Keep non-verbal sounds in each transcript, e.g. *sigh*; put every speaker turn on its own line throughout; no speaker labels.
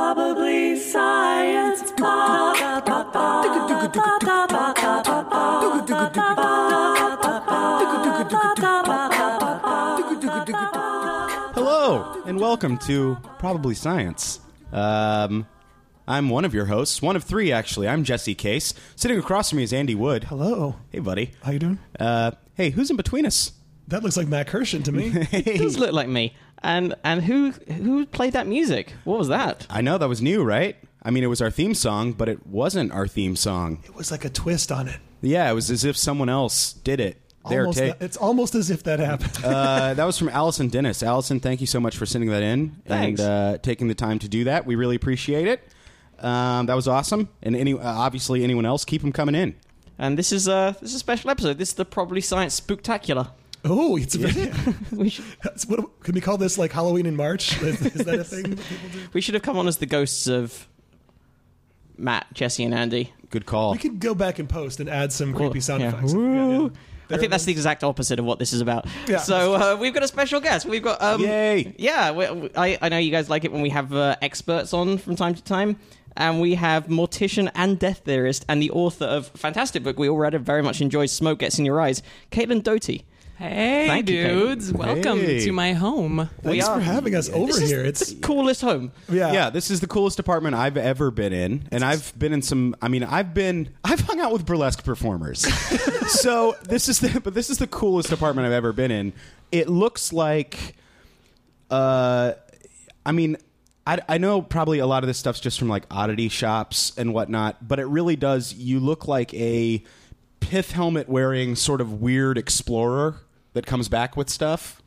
Probably science.
Hello, and welcome to Probably Science. Um, I'm one of your hosts, one of three actually. I'm Jesse Case. Sitting across from me is Andy Wood.
Hello.
Hey, buddy.
How you doing?
Uh, hey, who's in between us?
That looks like Matt Kirshen to
*laughs*
me.
It does look like me. And and who who played that music? What was that?
I know that was new, right? I mean, it was our theme song, but it wasn't our theme song.
it was like a twist on it.
Yeah, it was as if someone else did it. Their
Almost,
take.
*laughs* it's almost as if that happened.
uh, that was from Allison Dennis. Allison, thank you so much for sending that in
Thanks.
and uh, taking the time to do that. We really appreciate it. Um, that was awesome. And any, uh, obviously, anyone else, keep them coming in.
And this is a this is a special episode. This is the probably science spooktacular.
*laughs*
*laughs*
oh, it's very
We should,
That's what, can we call this like Halloween in March? Is, is
*laughs*
that a thing that people do?
we should have come on as the ghosts of Matt, Jesse, and Andy.
Good call.
We could go back and post and add some
Well,
creepy sound
yeah.
effects.
Woo. I
There
think
it
that's
is.
the exact opposite of what this is about.
Yeah.
So uh, we've got a special guest. We've got um,
Yay.
Yeah, we, we- I, I know you guys like it when we have uh, experts on from time to time, and we have mortician and death theorist and the author of a fantastic book we all read and very much enjoyed. Smoke gets in your eyes, Caitlin Doty.
Hey,
Thank you, Caitlin.
dudes. Welcome
Hey.
to my home.
we
Thanks
are
for having us over
is
here. It's
the coolest home.
yeah.
yeah, this is the coolest apartment I've ever been in, and I've been in some. I mean, I've been I've hung out with
*laughs*
burlesque performers, so this is the but this is the coolest apartment I've ever been in. It looks like, uh, I mean. I, I know probably a lot of this stuff's just from like oddity shops and whatnot, but it really does. You look like a pith helmet wearing sort of weird explorer that comes back with stuff.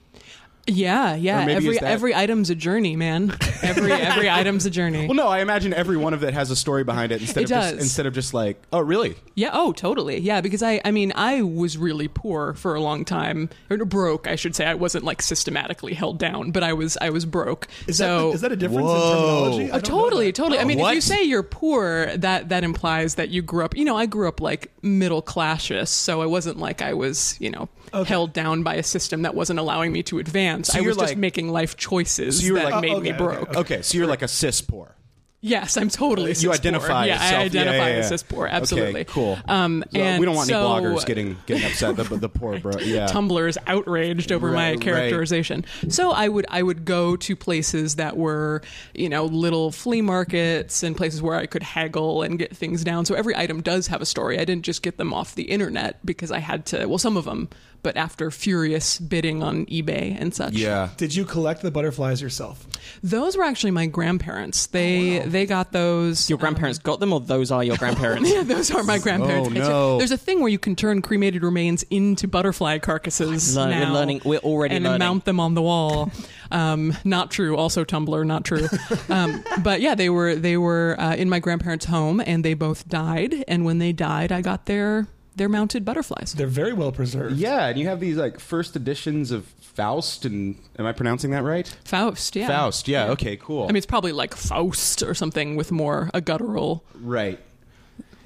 Yeah,
Or
yeah.
maybe
Every
is that-
every item's a journey,
*laughs*
man. Every every item's a journey.
Well, no, I imagine every one of it has a story behind it instead
It
of just
does.
instead of just like, oh, really?
Yeah. Oh, totally. Yeah, because I, I mean, I was really poor for a long time, or broke, I should say. I wasn't like systematically held down, but I was, I was broke.
Is,
so
that, is that a difference
Whoa.
in terminology? I
Oh,
don't know
totally,
that.
totally. I mean, if you
What?
say you're poor, that that implies that you grew up. You know, I grew up like middle classish, so it wasn't like I was, you know, held down by a system that wasn't allowing me to advance. I
you're
was
like-
just making life choices
So you were
that
like- "Oh,
made me
okay,
broke.
Okay, so you're like a cis poor.
Yes, I'm totally.
You
cis-poor.
identify
Yeah,
yourself.
I identify
yeah, yeah, yeah.
as cis poor. Absolutely.
Okay, cool.
Um,
So
and
we don't want
so,
any bloggers getting getting upset. The, the poor bro.
*laughs*
Yeah.
Tumblr is outraged over
Right,
my
right.
characterization. So I would I would go to places that were, you know, little flea markets and places where I could haggle and get things down. So every item does have a story. I didn't just get them off the internet because I had to, well some of them, but after furious bidding on eBay and such.
Yeah.
Did you collect the butterflies yourself?
Those were actually my grandparents.
Oh,
They they got those
Your grandparents got them, or
*laughs*
those are your grandparents.
Yeah, those are my grandparents.
Oh,
It's a-
no.
there's a thing where you can turn cremated remains into butterfly carcasses.
Learn- we're
now
learning- we're already
and
learning.
mount them on the
*laughs*
wall. um, not true. Also Tumblr, not true.
*laughs*
Um, but yeah, they were they were uh, in my grandparents' home, and they both died. And when they died, I got their their mounted butterflies.
They're very well preserved.
Yeah, and you have these like first editions of Faust, and am I pronouncing that right?
Faust, yeah.
Faust. Yeah. Okay. Cool.
I mean, it's probably like Faust or something with more a guttural.
right.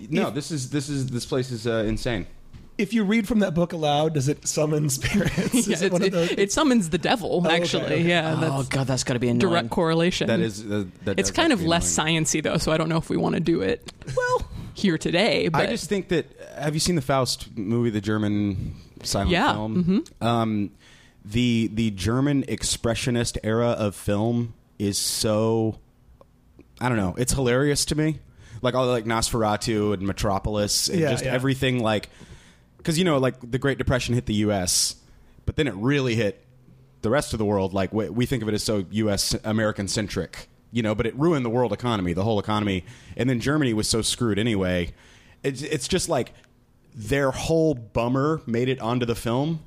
No, this is this is this place is uh, insane.
If you read from that book aloud, does it summon spirits?
*laughs*
is
Yeah,
it
it,
one of
it,
those? Oh,
it summons the devil,
okay,
actually.
okay.
Yeah, that's
oh god, that's got to be annoying.
direct correlation.
That is. Uh, that
Mm-hmm. it's
does
kind of
have to be
less
annoying.
sciency though, so I don't know if we want to do it. Well, here today, but
I just think that have you seen the Faust movie, the German silent
Yeah, mm-hmm.
film? Um, the the German expressionist era of film is so I don't know, it's hilarious to me. Like all the, like Nosferatu and Metropolis and
Yeah,
just
yeah.
everything like because you know like the Great Depression hit the U.S., but then it really hit the rest of the world. Like we, we think of it as so U.S. American centric, you know, but it ruined the world economy, the whole economy, and then Germany was so screwed anyway. It's it's just like their whole bummer made it onto the film.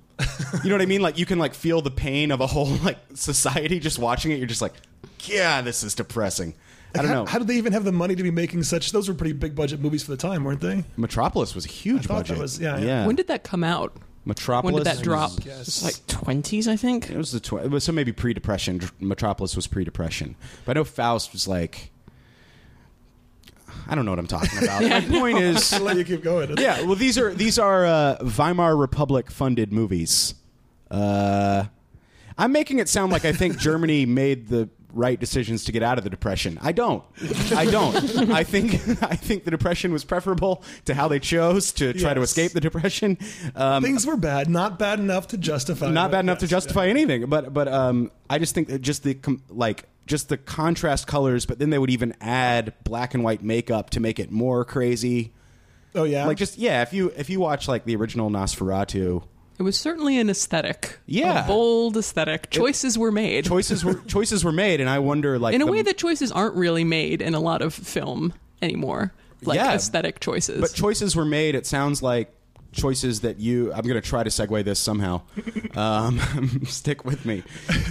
you know what I mean? Like you can like feel the pain of a whole like society just watching it. You're just like, yeah, this is depressing. I don't
how,
know.
how did they even have the money to be making such? Those were pretty big budget movies for the time, weren't they?
Metropolis was a huge
I thought that
budget.
was- yeah, yeah.
when did that come out?
Metropolis
When did that drop?
was-
Yes.
like twenties, I think.
It was the tw- it was so maybe pre-depression. Dr- Metropolis was pre-depression, but I know Faust was like, I don't know what I'm talking
*laughs*
about. My point is,
I'll let you keep going.
*laughs* yeah, well these are these are uh, Weimar Republic funded
*laughs*
movies. Uh, I'm making it sound like I think Germany made the right decisions to get out of the depression. I don't. I don't. I think *laughs* I think the depression was preferable to how they chose to try to
Yes.
escape the depression. Um,
Things were bad, not bad enough to justify.
not
it.
bad enough to
Yes,
justify anything. But but um, I just think that just the com- like just the contrast colors. But then they would even add black and white makeup to make it more crazy.
yeah. Oh yeah,
Like just yeah, if you if you watch like the original Nosferatu,
It was certainly an aesthetic.
Yeah.
A bold aesthetic. Choices were made.
choices were *laughs* choices were made, and I wonder like
in a
the-
way that choices aren't really made in a lot of film anymore. Like
Yeah.
aesthetic choices.
but choices were made. It sounds like choices that you. I'm going to try to segue this
*laughs*
somehow. Um, *laughs* stick with me.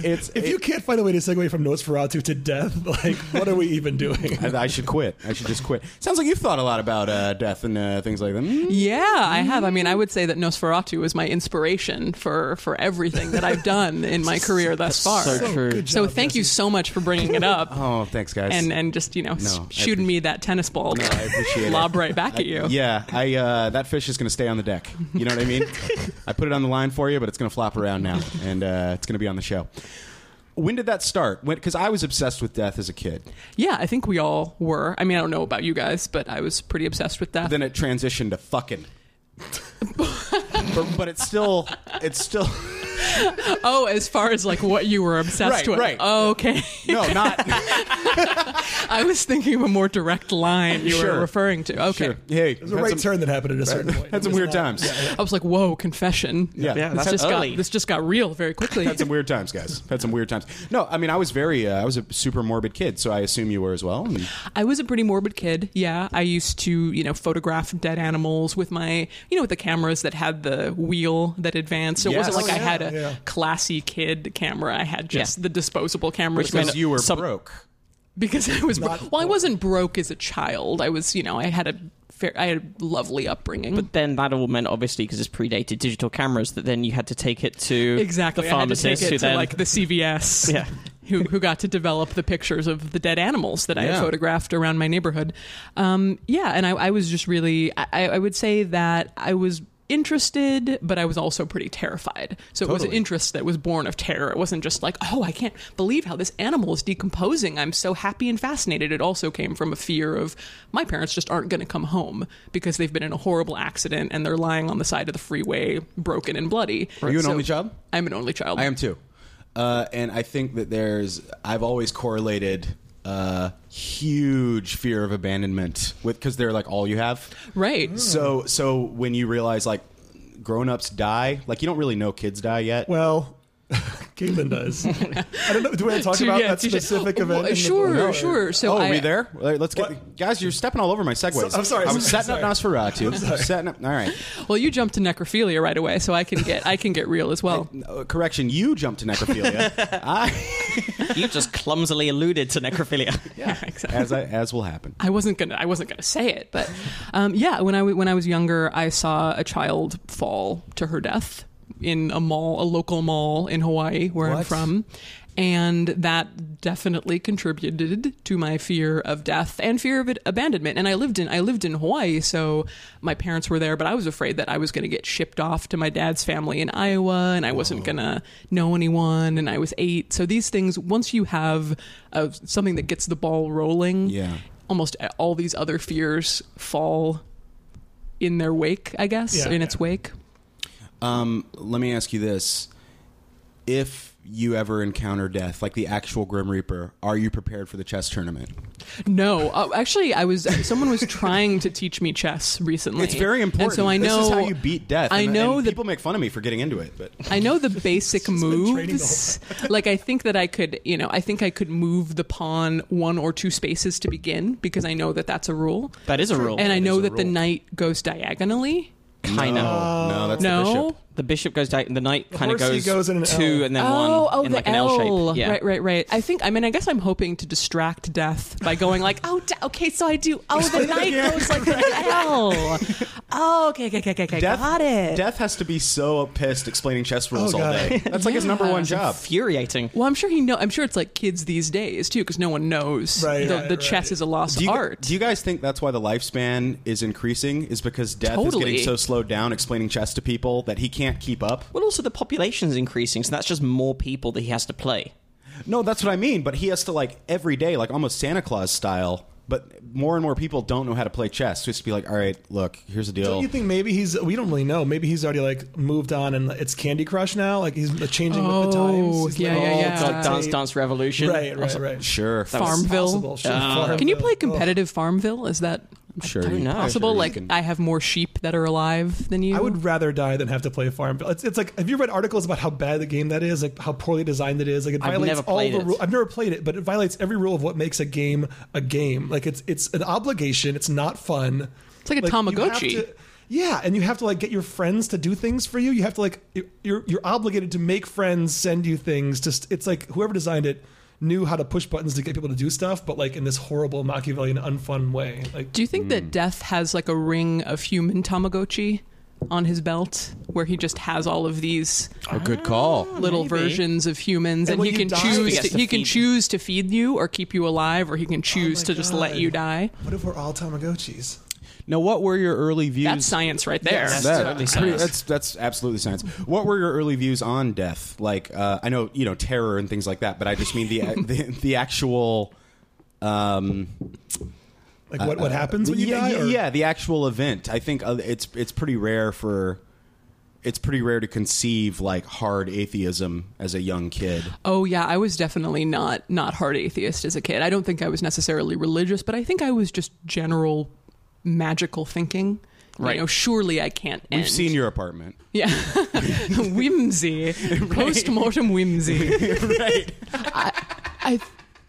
It's
if you can't find a way to segue from Nosferatu to death, *laughs* like what are we
*laughs*
even doing?
I, I should quit. I should just quit. Sounds like you've thought a lot about uh, death and uh, things like that. Mm.
yeah, I have. I mean, I would say that Nosferatu is my inspiration for for everything that I've done in my
*laughs*
career thus far.
so true.
good
So
job,
thank you
Jesse.
so much for bringing it up.
Oh, thanks, guys.
and and just you know s-
No, I
shooting me that tennis ball to
I appreciate it.
lob right back at you.
yeah, I uh, that fish is going to stay on the deck. You know what I mean?
*laughs*
I put it on the line for you, but it's going to flop around now, and uh, it's going to be on the show. When did that start? Because I was obsessed with death as a kid.
Yeah, I think we all were. I mean, I don't know about you guys, but I was pretty obsessed with that. *laughs*
then it transitioned to fucking. but, but it's still, it's still.
oh, as far as like what you were obsessed
Right,
with.
right.
okay. *laughs*
No, not
I was thinking of a more direct line you
Sure.
were referring to. Okay.
sure. Hey,
It was a right
had some,
turn that happened at a certain point.
had
It
some
was
weird
not-
times.
Yeah,
I was like, whoa, confession.
Yeah,
Yeah,
It's
that's
This
had-
just
got,
Early.
this just got real very quickly.
had some weird times, guys. Had some weird times. No, I mean, I was very, uh, I was a super morbid kid, so I assume you were as well. And
I was a pretty morbid kid. Yeah, I used to, you know, photograph dead animals with my, you know, with the cameras that had the wheel that advanced. So it wasn't
Yes.
like I
Oh,
had
yeah,
a
yeah.
classy kid camera. I had just
Yeah.
the disposable cameras
because
meant-
you were
some-
broke.
because I was bro- well, I wasn't broke as a child. I was, you know, I had a fair, I had a lovely upbringing.
But then that all meant obviously because it's predated digital cameras that then you had to take it to
exactly,
the
I had to
pharmacist
take it
who
to
then
like the CVS.
yeah.
who, who got to develop the pictures of the dead animals that I
Yeah.
had photographed around my neighborhood. Um, yeah, and I, I was just really, I, I would say that I was interested, but I was also pretty terrified. So it was an
Totally.
interest that was born of terror. It wasn't just like, oh, I can't believe how this animal is decomposing. I'm so happy and fascinated. It also came from a fear of my parents just aren't going to come home because they've been in a horrible accident and they're lying on the side of the freeway, broken and bloody.
Are you an
So-
only child?
I'm an only child.
I am too. Uh, and I think that there's, I've always correlated uh, huge fear of abandonment with because they're like all you have.
right.
So, so when you realize like grown-ups die, like you don't really know kids die yet.
Well, *laughs* Caitlin
*laughs*
does. I don't know. Do we want to talk
To-
about
yeah,
that
to just-
specific
Oh,
event? in the-
sure,
No.
sure. So
oh,
I,
are we there? Like, Let's get
What?
guys. You're stepping all over my segues.
So- I'm sorry,
I was
sorry,
setting up Nosferatu. Setting up. All right.
Well, you jumped to necrophilia right away, so I can get I can get real as well.
Uh, correction. You jumped to necrophilia.
*laughs*
I,
*laughs* you just clumsily alluded
*laughs*
to necrophilia.
Yeah, exactly.
as I, as will happen.
I wasn't gonna I wasn't gonna say it, but um, yeah, when I w- when I was younger, I saw a child fall to her death in a mall, a local mall in Hawaii where I'm
What?
from. And that definitely contributed to my fear of death and fear of it- abandonment. And I lived in I lived in Hawaii, so my parents were there, but I was afraid that I was going to get shipped off to my dad's family in Iowa, and I
Oh.
wasn't going to know anyone. And I was eight, so these things. Once you have uh, something that gets the ball rolling,
Yeah.
almost all these other fears fall in their wake, I guess,
Yeah.
in its wake.
Um, let me ask you this: If you ever encounter death, like the actual Grim Reaper, are you prepared for the chess tournament?
No, uh, actually, I was. Someone was trying to teach me chess recently.
It's very important.
And so I know
this is how you beat death.
I
and-
know
and
that
people make fun of me for getting into it,
*laughs*
but
I know the basic
training
moves. like I think that I could, you know, I think I could move the pawn one or two spaces to begin because I know that that's a rule,
That is a rule.
and I know
a
that the
rule.
knight goes diagonally.
kind of.
no, no, that's the
no.
bishop.
The bishop goes down. The knight kind of
horse, he goes
goes,
in an
two
L.
and then one
Oh, oh,
in
the
like an
L.
L shape. Yeah.
Right, right, right. I think. I mean, I guess I'm hoping to distract death by going like, oh, d- okay, so I do. Oh,
*laughs*
the knight goes like an L. Oh, okay, okay, okay, okay, okay.
Death,
got it.
Death has to be so pissed explaining chess rules
Oh,
all
God.
day. That's like his number one job.
Infuriating.
Well, I'm sure he know. I'm sure it's like kids these days too, because no one knows.
Right,
the,
right,
the
right.
chess is a lost
Do you,
art.
do you guys think that's why the lifespan is increasing? Is because death
Totally.
is getting so slowed down explaining chess to people that he can't keep up?
Well, also the population's increasing, so that's just more people that he has to play.
No, that's what I mean. But he has to like every day, like almost Santa Claus style. But more and more people don't know how to play chess. So it's to be like, all right, look, here's the deal.
Don't you think maybe he's? We don't really know. Maybe he's already like moved on, and it's Candy Crush now. Like he's changing with the times.
Oh,
He's
yeah,
like,
yeah,
oh,
yeah.
it's
It's like Dance Dance Revolution.
Right,
or
right,
something.
right.
sure.
Farmville.
Possible. Sure,
Uh,
Farmville.
Can you play competitive Farmville? Is that
sure.
don't
you-
know.
possible?
sure you
like
can-
I have more sheep that are alive than you.
I would rather die than have to play Farmville. It's, it's like, have you read articles about how bad the game that is, like how poorly designed it is? Like it
I've
violates
never
all
played
the
it.
rules. I've never played it, but it violates every rule of what makes a game a game. Like it's it's an obligation. It's not fun.
It's like a
you have
Tamagotchi.
to- yeah, and you have to like get your friends to do things for you. You have to like you're- you're you're obligated to make friends send you things. Just it's like whoever designed it knew how to push buttons to get people to do stuff, but like in this horrible Machiavellian unfun way. Like
Do you think
Hmm.
that Death has like a ring of human Tamagotchi on his belt, where he just has all of these
A good call.
little
Maybe.
versions of humans,
And
and,
when
he
you
can
die-
choose.
He
To,
gets to
he can
feed-
choose to feed you or keep you alive, or he can choose
my
to just let
God.
you die.
what if we're all Tamagotchis?
Now, what were your early views?
That's science right there.
Yes.
That-
certainly
pretty-
science.
that's that's absolutely science. What were your early views on death? Like, uh, I know you know terror and things like that, but I just mean the uh, the, *laughs* the actual. Um,
Like what, what happens when you
Uh, yeah,
die?
yeah,
or-
yeah, the actual event. I think uh, it's it's pretty rare for it's pretty rare to conceive like hard atheism as a young kid.
Oh yeah, I was definitely not not hard atheist as a kid. I don't think I was necessarily religious, but I think I was just general magical thinking.
Right.
You know, surely I can't end.
We've seen your apartment. *laughs*
Yeah. whimsy. Post mortem whimsy.
*laughs* right.
I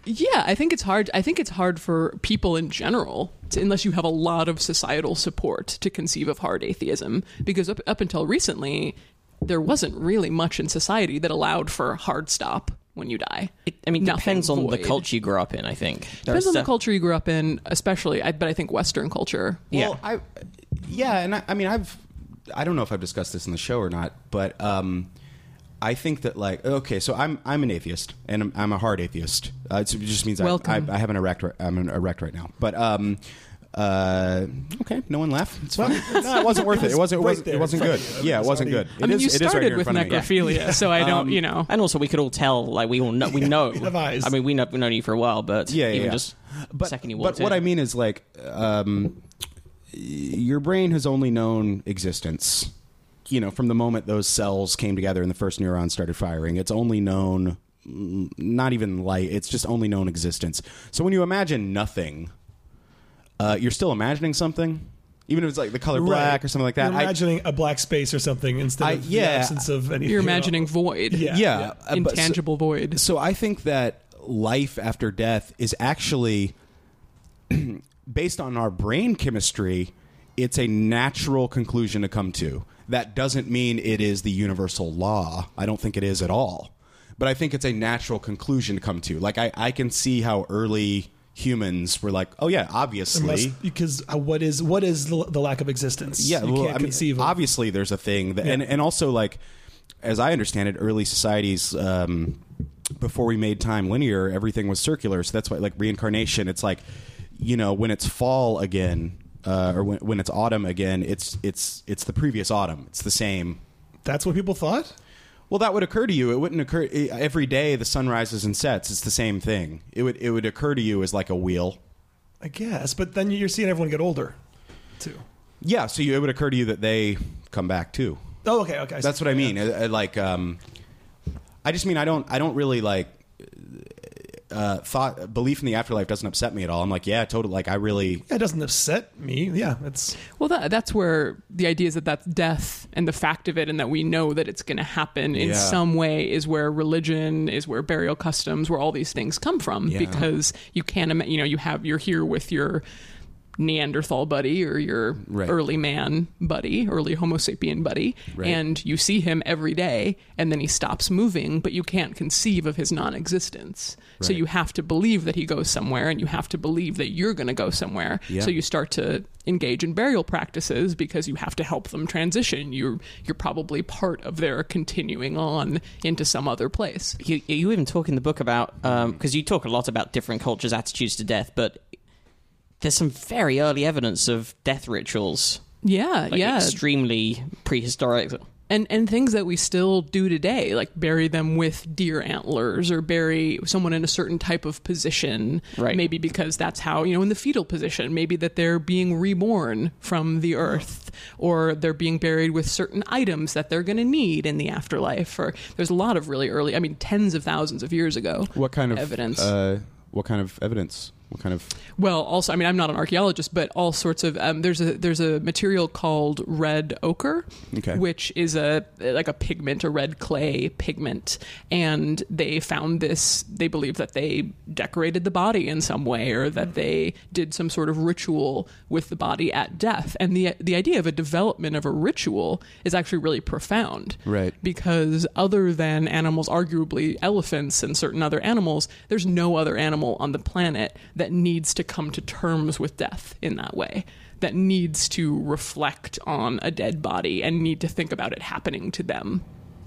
yeah, I think it's hard I think it's hard for people in general to, unless you have a lot of societal support to conceive of hard atheism because up up until recently there wasn't really much in society that allowed for hard stop when you die.
It, I mean,
Nothing
depends on the
void.
culture you grew up in. I think
Depends on the culture you grew up in, especially. I, but I think Western culture.
Yeah.
Well, I yeah, and I, I mean I've I don't know if I've discussed this in the show or not, but um, I think that like okay, so I'm I'm an atheist and I'm, I'm a hard atheist. Uh, it's- it just means I, I,
Welcome.
I have an erect ri- I'm an erect right now, but um. Uh, okay, no one laugh. It's fine. no, it wasn't worth it. It wasn't. It
right
wasn't,
there
it
in
wasn't
front
good.
of you. I mean,
Yeah, it
it's
wasn't
already-
good.
I mean,
it is.
you
it is right
started
here in
with
front of me. Um, Yeah.
necrophilia, so
*laughs*
I don't, you know.
And also, we could all tell, like we all know, we know.
have eyes.
I mean, we know, we known you for a while, but
yeah, yeah,
even
yeah.
just
but,
second you
but
walked
what
in.
I mean is like um, your brain has only known existence you know from the moment those cells came together and the first neurons started firing it's only known mm, not even light it's just only known existence so when you imagine nothing uh, you're still imagining something even if it's like the color black
Right.
or something like that
You're
I-
imagining a black space or something instead
I-
of
yeah.
the absence of anything.
You're imagining void.
Yeah.
yeah,
Yeah.
uh, but so-
Intangible void.
So I think that life after death is actually *clears throat* based on our brain chemistry, it's a natural conclusion to come to. That doesn't mean it is the universal law. I don't think it is at all. But I think it's a natural conclusion to come to. Like I, I can see how early humans were like, oh yeah, obviously.
Unless- because uh, what is what is the, the lack of existence?
Yeah,
you
well,
can't
I mean,
conceive of.
obviously there's a thing that, and and also like as I understand it, early societies. Um, before we made time linear, everything was circular. So that's why, like reincarnation, it's like, you know, when it's fall again, uh, or when, when it's autumn again, it's it's it's the previous autumn. It's the same
That's what people thought.
well, that would occur to you. It wouldn't occur e, every day. The sun rises and sets. It's the same thing. It would it would occur to you as like a wheel.
I guess, but then you're seeing everyone get older, too.
Yeah. So you, it would occur to you that they come back too.
Oh, okay, okay. I see.
That's what I mean. I- I like, um, I just mean I don't. I don't really like uh, thought belief in the afterlife doesn't upset me at all. I'm like, yeah, totally. Like, I really.
Yeah, it doesn't upset me. Yeah, it's
Well, that, that's where the idea is that that's death and the fact of it, and that we know that it's going to happen in
Yeah.
some way, is where religion, is where burial customs, where all these things come from.
Yeah.
Because you can't, ima- you know, you have you're here with your Neanderthal buddy or your
Right.
early man buddy, early Homo sapien buddy,
Right.
and you see him every day, and then he stops moving, but you can't conceive of his non-existence. So
Right.
you have to believe that he goes somewhere, and you have to believe that you're going to go somewhere.
Yeah.
So you start to engage in burial practices because you have to help them transition. You're you're probably part of their continuing on into some other place.
you, you even talk in the book about because you talk a lot about different cultures' attitudes to death, but there's some very early evidence of death rituals,
Yeah,
like
yeah.
extremely prehistoric.
and and things that we still do today like bury them with deer antlers or bury someone in a certain type of position
Right.
maybe because that's how you know in the fetal position maybe that they're being reborn from the earth or they're being buried with certain items that they're going to need in the afterlife or there's a lot of really early i mean tens of thousands of years ago
What kind of
evidence
Uh, what kind of evidence? What kind of?
well, also, I mean, I'm not an archaeologist, but all sorts of um, there's a there's a material called red ochre,
Okay.
which is a like a pigment, a red clay pigment, and they found this. They believe that they decorated the body in some way, or that they did some sort of ritual with the body at death. And the the idea of a development of a ritual is actually really profound,
Right.
because other than animals, arguably elephants and certain other animals, there's no other animal on the planet that needs to come to terms with death in that way, that needs to reflect on a dead body and need to think about it happening to them.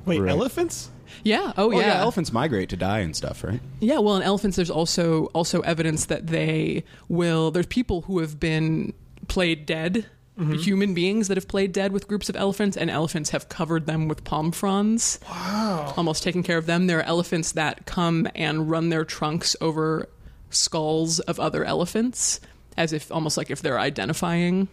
Wait,
Right.
elephants?
Yeah. Oh,
Oh yeah,
yeah.
elephants migrate to die and stuff, right?
Yeah, well, in elephants, there's also also evidence that they will. There's people who have been played dead,
Mm-hmm.
human beings that have played dead with groups of elephants, and elephants have covered them with palm fronds. Wow, almost taking care of them. There are elephants that come and run their trunks over skulls of other elephants, as if almost like if they're identifying.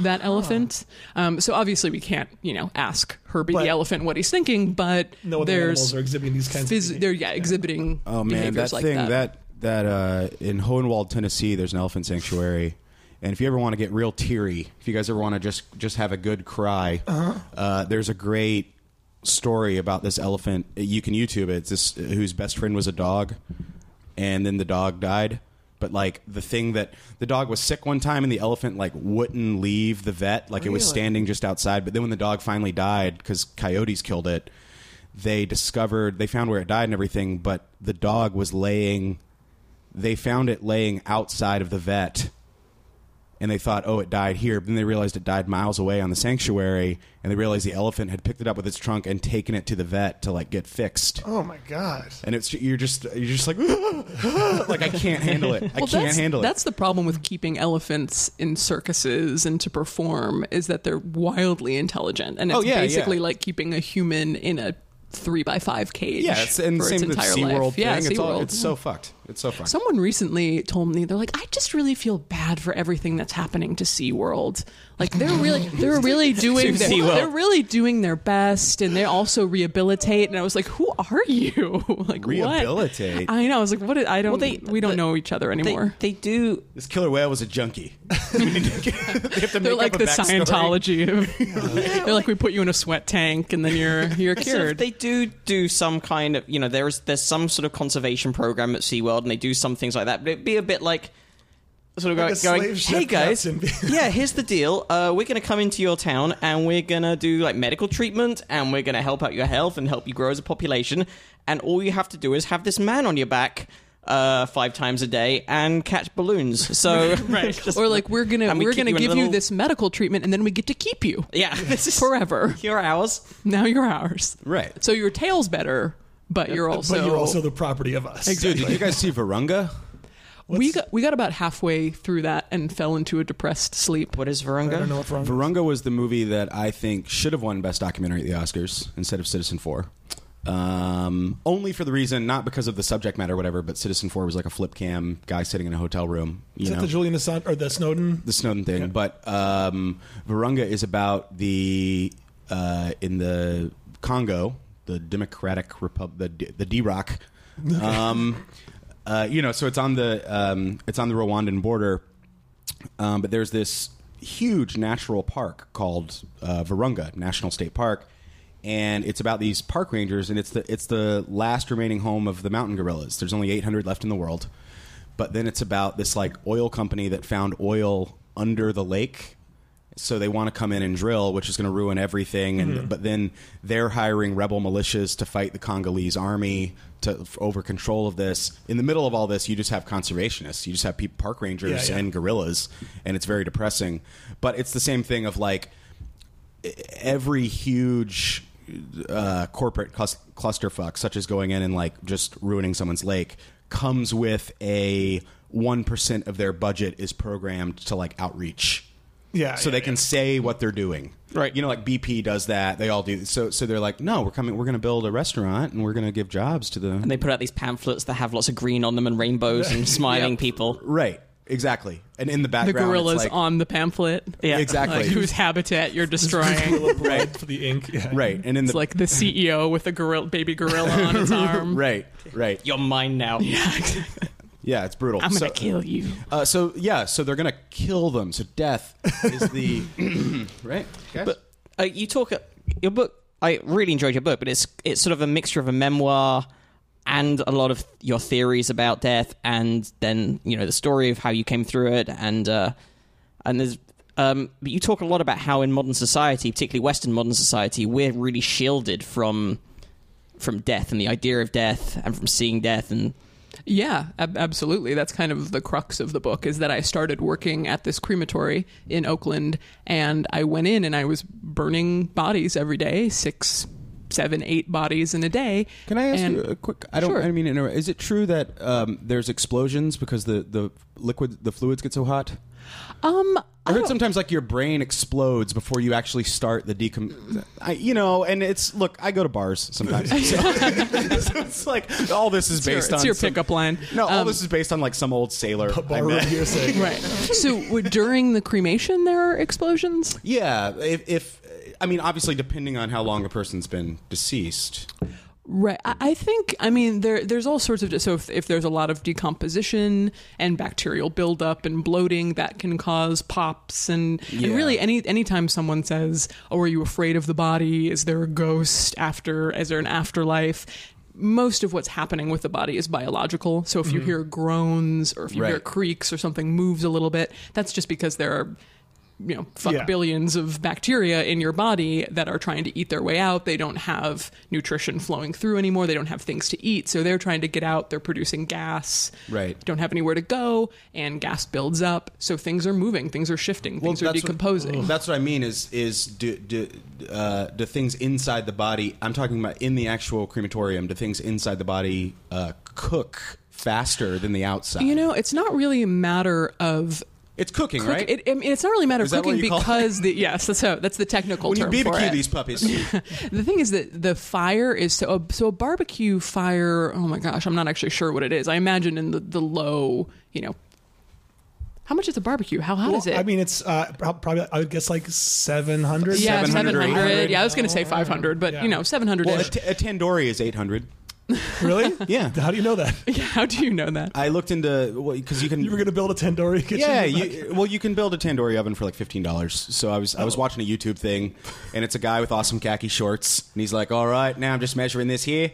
That elephant. Um, so obviously, we can't, you know, ask Herbie
But-
the elephant what he's thinking. But
No other
there's
animals are exhibiting these kinds
phys-
of
they're yeah exhibiting
Oh man,
behaviors
that
like
thing
that.
that that, uh, in Hohenwald, Tennessee, there's an elephant sanctuary, and if you ever want to get real teary, if you guys ever want to just just have a good cry, uh there's a great story about this elephant. You can YouTube it. It's this whose best friend was a dog, and then the dog died. But like the thing that the dog was sick one time and the elephant like wouldn't leave the vet, like it was
Really?
standing just outside. But then when the dog finally died because coyotes killed it, they discovered they found where it died and everything but the dog was laying they found it laying outside of the vet and they thought oh it died here but then they realized it died miles away on the sanctuary and they realized the elephant had picked it up with its trunk and taken it to the vet to like get fixed
Oh my god.
and it's you're just you're just like *laughs* like i can't handle it i can't
that's,
handle it
That's the problem with keeping elephants in circuses and to perform is that they're wildly intelligent, and it's
Oh, yeah,
basically
yeah.
like keeping a human in a three by five cage.
yeah it's and
for
same
its
with
entire
SeaWorld
life.
thing
Yeah,
it's all
SeaWorld.
it's so fucked it's so fucked
Someone recently told me they're like, I just really feel bad for everything that's happening to SeaWorld. Like they're really they're really doing
*laughs* To
their,
SeaWorld.
they're really doing their best and they also rehabilitate and I was like, Who are you? *laughs* like
Rehabilitate?
What? I know. I was like, what is, I don't
Well, they-
we don't
the-
know each other
They,
anymore.
they do.
this killer whale was a junkie *laughs* they have to
They, are
make
like
up
the
a backstory.
Scientology.
*laughs*
of- They're like we put you in a sweat tank and then you're you're
sort of-
cured.
they do do some kind of you know there's there's some sort of conservation program at SeaWorld and they do some things like that. But it'd be a bit like sort of
Like a
going, going
slave
hey
ship
guys,
captain." *laughs*
yeah, here's the deal. Uh, we're going to come into your town and we're going to do like medical treatment and we're going to help out your health and help you grow as a population. And all you have to do is have this man on your back. Uh, five times a day and catch balloons. So *laughs* right,
or like we're gonna
And we
we are
keep
gonna
you in a
give you
little-
this medical treatment and then we get to keep you
*laughs* yeah, this is
forever.
Your hours.
Now you're ours.
Right.
So your tail's better, but you're also,
but you're also the property of us.
dude did you guys see varunga
we got we got about halfway through that and fell into a depressed sleep.
What is Virunga?
I don't know what's wrong.
Varunga was the movie that I think should have won Best Documentary at the Oscars instead of Citizen Four. Um, only for the reason, not because of the subject matter, or whatever, but Citizen Four was like a flip cam guy sitting in a hotel room. You
Is
know,
that the Julian Assange or the Snowden?
the Snowden thing. But um, Virunga is about the uh, in the Congo, the Democratic Republic, the D- the D-Rock. Um, uh, you know, so it's on the um, it's on the Rwandan border, um, but there's this huge natural park called uh, Virunga National State Park. And it's about these park rangers, and it's the it's the last remaining home of the mountain gorillas. There's only 800 left in the world, but then it's about this like oil company that found oil under the lake so they want to come in and drill which is going to ruin everything
Mm-hmm.
and but then they're hiring rebel militias to fight the congolese army to f- over control of this in the middle of all this you just have conservationists you just have people, park rangers
Yeah, yeah.
and gorillas and it's very depressing but it's the same thing of like every huge uh, corporate clus- clusterfuck, such as going in and like just ruining someone's lake, comes with a one percent of their budget is programmed to like outreach.
Yeah,
so
Ah, yeah,
they can say what they're doing.
Right.
You know, like BP does that. They all do. So, so they're like, no, we're coming. We're going to build a restaurant and we're going to give jobs to the.
And they put out these pamphlets that have lots of green on them and rainbows and smiling people.
right. Exactly. And in the
The
background, it's
gorillas
like-
on the pamphlet.
Yeah.
*laughs*
Exactly.
Like, whose habitat you're destroying.
right for the ink. Yeah.
right. And in the
it's like the CEO with a gorilla, baby gorilla on his arm.
right, right.
You're mine now.
Yeah, exactly.
Yeah, it's brutal.
I'm
so,
gonna kill you.
Uh, so yeah, so they're gonna kill them. So death
*coughs*
is the right. guys?
But uh, you talk your book. I really enjoyed your book, but it's it's sort of a mixture of a memoir and a lot of your theories about death, and then you know the story of how you came through it, and uh, and there's. Um, but you talk a lot about how in modern society, particularly Western modern society, we're really shielded from from death and the idea of death and from seeing death and
Yeah, ab- absolutely. That's kind of the crux of the book is that I started working at this crematory in Oakland and I went in and I was burning bodies every day, six, seven, eight bodies in a day.
Can I ask
And-
you a quick? I don't.
Sure.
I mean, to interrupt. is it true that um, there's explosions because the the liquid the fluids get so hot?
Um,
I heard sometimes like your brain explodes before you actually start the decom. I, you know, and it's look. I go to bars sometimes, so,
*laughs*
*laughs* so it's like all this is
your-
based
it's
on
your
some-
pickup line.
No, all
Um,
this is based on like some old sailor.
A
I
bar
met.
over here *laughs* saying
right. So w- during the cremation, there are explosions.
Yeah, if, if I mean, obviously, depending on how long a person's been deceased.
Right. I- I think, I mean, there, there's all sorts of, so if, if there's a lot of decomposition and bacterial buildup and bloating, that can cause pops. And,
Yeah.
and really, any anytime someone says, Oh, are you afraid of the body? Is there a ghost after? Is there an afterlife? Most of what's happening with the body is biological. So if you hear groans or if you hear
Mm-hmm. Right.
creaks or something moves a little bit, that's just because there are you know, fuck
Yeah.
billions of bacteria in your body that are trying to eat their way out. They don't have nutrition flowing through anymore. They don't have things to eat. So they're trying to get out. They're producing gas.
Right.
Don't have anywhere to go. And gas builds up. So things are moving. Things are shifting. Things are
that's what-
decomposing.
that's what I mean. Is is do do, uh, do things inside the body? I'm talking about in the actual crematorium. Do things inside the body uh, cook faster than the outside?
you know, it's not really a matter of.
it's cooking,
Cook,
right?
it, I mean, it's not really a matter
Is
of
that what
cooking
you call it?
because the yes, that's how that's the technical
when you
term for
BBQ
it.
these puppies,
*laughs* The thing is that the fire is so uh, so a barbecue fire. Oh my gosh, I'm not actually sure what it is. I imagine in the the low, you know, how much is a barbecue? How hot
Well,
is it?
I mean, it's uh, prob- probably I would guess like seven hundred.
yeah,
700,
700.
800.
Yeah, I was going to say 500, but
Yeah.
you know, 700
well, a,
ish.
t- a tandoori is 800.
*laughs* really?
Yeah,
*laughs* How do you know that?
*laughs* Yeah, how do you know that?
I looked into because you can.
You were going to build a tandoori kitchen.
Yeah, you, well, you can build a tandoori oven for like fifteen dollars. So I was I was watching a YouTube thing, and it's a guy with awesome khaki shorts, and he's like, "All right, now I'm just measuring this here,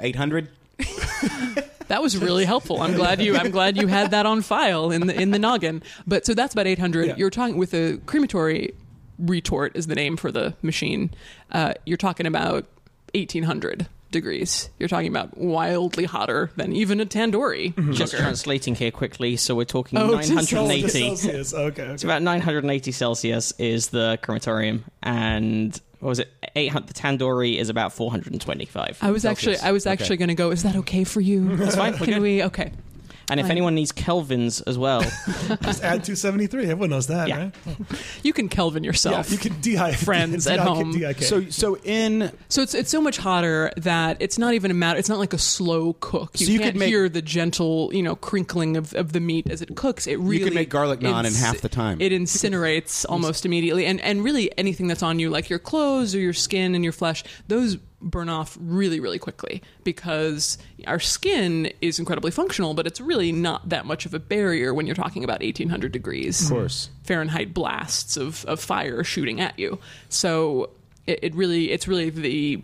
eight hundred.
That was really helpful. I'm glad you. I'm glad you had that on file in the in the noggin. But so that's about 800.
Yeah.
You're talking with a crematory retort is the name for the machine. Uh, you're talking about 1800 degrees. You're talking about wildly hotter than even a tandoori.
Mm-hmm.
just translating here quickly. So we're talking
Oh, just- oh, just
Oh, just *laughs*
980.
Celsius. Okay. okay.
It's
*laughs*
about 980 Celsius is the crematorium, and what was it? 800. The tandoori is about 425.
I was actually I was actually going to go. Is that okay for
*laughs*
you? That's fine. Can we? Okay.
and if anyone needs kelvins
*laughs*
as well,
Just add two seventy three. Everyone knows that,
Yeah.
right?
You can Kelvin
Yeah,
yourself.
you can
*laughs*
DI *laughs*
Friends at
DIK,
home.
DIK.
So so in
So it's it's so much hotter that it's not even a matter. It's not like a slow cook. You,
So you
can't
could make-
hear the gentle, you know, crinkling of, of the meat as it cooks. It really
could make garlic naan in half the time.
It incinerates almost immediately, and and really anything that's on you, like your clothes or your skin and your flesh, those burn off really really quickly because our skin is incredibly functional, but it's really not that much of a barrier when you're talking about 1800 degrees. Of
course.
Fahrenheit blasts of, of fire shooting at you. So it, it really it's really the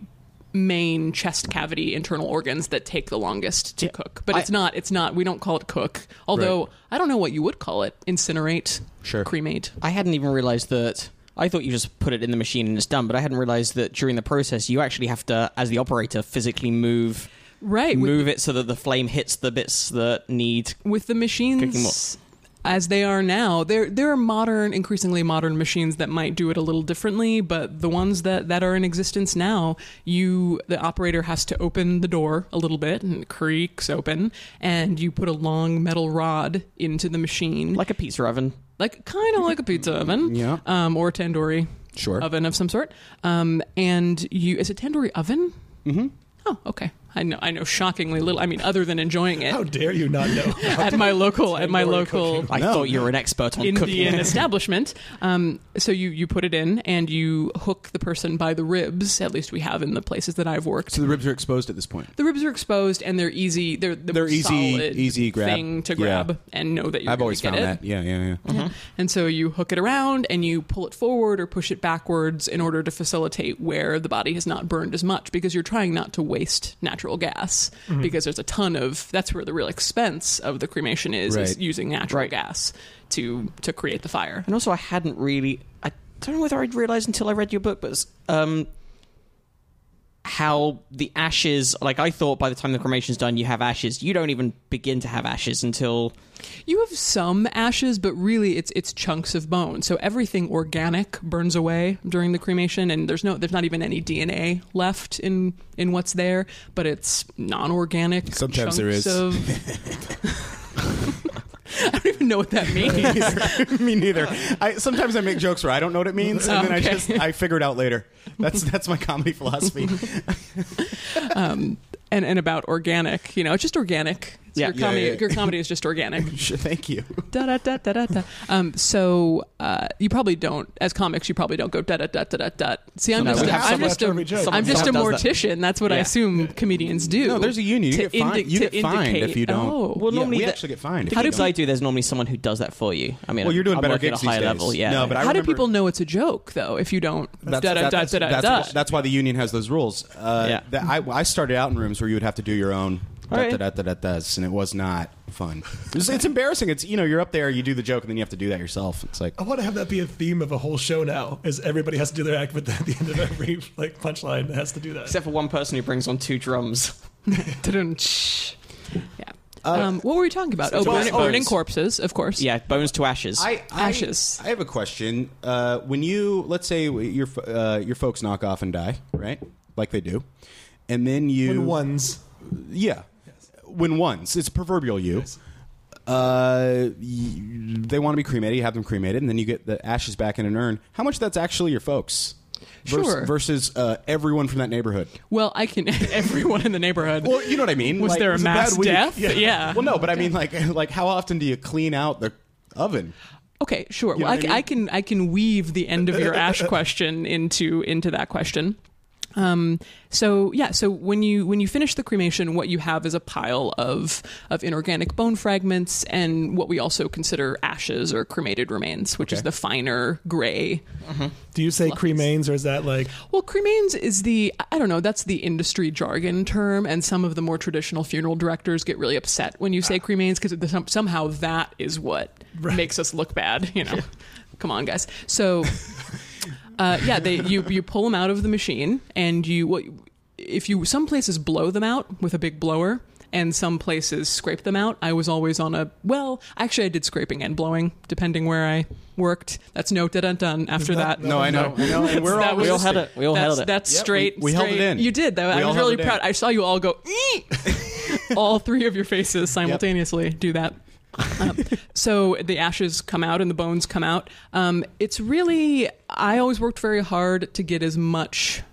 main chest cavity internal organs that take the longest to cook. But it's not it's not we don't call it cook. Although
Right.
I don't know what you would call it. Incinerate,
Sure.
cremate.
I hadn't even realized that. I thought you just put it in the machine and it's done, but I hadn't realized that during the process you actually have to, as the operator, physically move
Right. With,
move it so that the flame hits the bits that need.
with the
Cooking more.
machines as they are now. There there are modern, increasingly modern machines that might do it a little differently, but the ones that that are in existence now, you the operator has to open the door a little bit and it creaks open, and you put a long metal rod into the machine, like
like a pizza oven.
kind of like a pizza oven,
Yeah.
um, or a tandoori
Sure.
oven of some sort. Um, and you is it tandoori oven? Mm-hmm. Oh, okay. I know. I know. Shockingly little. I mean, other than enjoying it
How dare you not know? *laughs*
at my local at my
Tandoori
local
I thought you were an expert on
Indian *laughs*
cooking.
establishment. Um, so you you put it in and you hook the person by the ribs. At least we have in the places that I've worked.
So the ribs are exposed at this point.
the ribs are exposed and they're easy. They're the
They're easy-
solid
easy grab.
thing to
Yeah.
grab and know that you're.
I've
gonna
always
get
found
it.
that. Yeah, yeah,
*laughs*
yeah.
Mm-hmm. And so you hook it around and you pull it forward or push it backwards in order to facilitate where the body has not burned as much because you're trying not to waste natural gas because there's a ton of that's where the real expense of the cremation is is
Right.
using natural
Right.
gas to to create the fire.
And also, I hadn't really. I don't know whether I'd realized until I read your book, but um, how the ashes. Like, I thought by the time the cremation's done, you have ashes. You don't even begin to have ashes until.
You have some ashes, but really it's it's chunks of bone. So everything organic burns away during the cremation, and there's no there's not even any DNA left in in what's there. But it's non-organic.
Sometimes there
chunks
is.
Of...
*laughs*
I don't even know what that means.
*laughs* Me neither. I sometimes I make jokes where I don't know what it means, and then I
Okay.
just I figure it out later. That's that's my comedy philosophy.
and and about organic, you know, it's just organic. It's
Yeah.
your,
Yeah,
comedy,
yeah, yeah.
your comedy is just organic.
Sure, thank you.
da da da da da da. Um, so uh, you probably don't, as comics, you probably don't go da da da da da da. See, I'm
No,
just,
we
a,
have
I'm
someone
just
after
a,
every joke.
I'm
Someone-
just a
someone does that.
mortician. That's what I
Yeah.
assume comedians do.
No, there's a union. You
to
get fined-
indi-
you
to
get fined
indicate-
if you don't.
Oh.
Well,
Yeah,
normally
we
the-
actually get fined if
The
you
gigs
don't.
I do, there's normally someone who does that for you. I mean,
Well, you're doing
I'm
better
working
gigs
at a high
these days.
level. Yeah.
No, but I
How do
remember-
people know it's a joke though? If you don't da
That's,
da da da
that's,
da da.
that's, that's why the union has those rules. Uh,
Yeah.
that I, I started out in rooms where you would have to do your own
All right.
da, da, da, da, da, das, and it was not fun. It's, it's embarrassing. It's you know you're up there, you do the joke, and then you have to do that yourself. It's like
I want to have that be a theme of a whole show now, is everybody has to do their act, but *laughs* at the end of every like punchline has to do that.
Except for one person who brings on two
*laughs*
drums.
Da-dum-tsh. Yeah.
Uh,
Um, what were we talking about? Oh,
so
burning,
bones.
burning corpses, of course.
Yeah, bones to ashes.
I, I
Ashes.
I have a question. Uh, when you let's say your f- uh, your folks knock off and die, right? Like they do, and then you
When ones.
yeah, when ones it's proverbial you. Uh, you, they want to be cremated. You have them cremated, and then you get the ashes back in an urn. How much of that's actually your folks? Vers-
Sure.
Versus uh, everyone from that neighborhood.
Well, I can. *laughs* Everyone in the neighborhood.
Well, you know what I mean.
Was
Like,
there a
it's bad
mass
week.
death? Yeah.
Well, no, but I mean, like, *laughs* like how often do you clean out the oven?
Okay, sure.
know
well, I,
what I
ca- I can
mean?
I can weave the end of your ash
*laughs*
question into into that question. Um, so yeah, so when you when you finish the cremation, what you have is a pile of of inorganic bone fragments and what we also consider ashes or cremated remains, which is
Okay.
the finer gray
Do you say cremains or is that like
well, cremains is the I don't know, that's the industry jargon term and some of the more traditional funeral directors get really upset when you say
Ah.
cremains because somehow that is what makes us look bad, you know. Come on, guys.
*laughs*
So uh, yeah, they you you pull them out of the machine and you what if you some places blow them out with a big blower and some places scrape them out. I was always on a well, actually I did scraping and blowing depending where I worked. That's no dun dun dun after that.
No, I know. I know. And we're
That
all
was-
we all had it. We all
that's,
held it.
That's
Yeah, we-
straight.
we held it
straight.
in.
You did though.
We
I
all
was
held
really
it in.
proud. I saw you all go.
*laughs*
"Eek!" all three of your faces simultaneously do that. Um, so the ashes come out and the bones come out. Um, it's really. I always worked very hard to get as much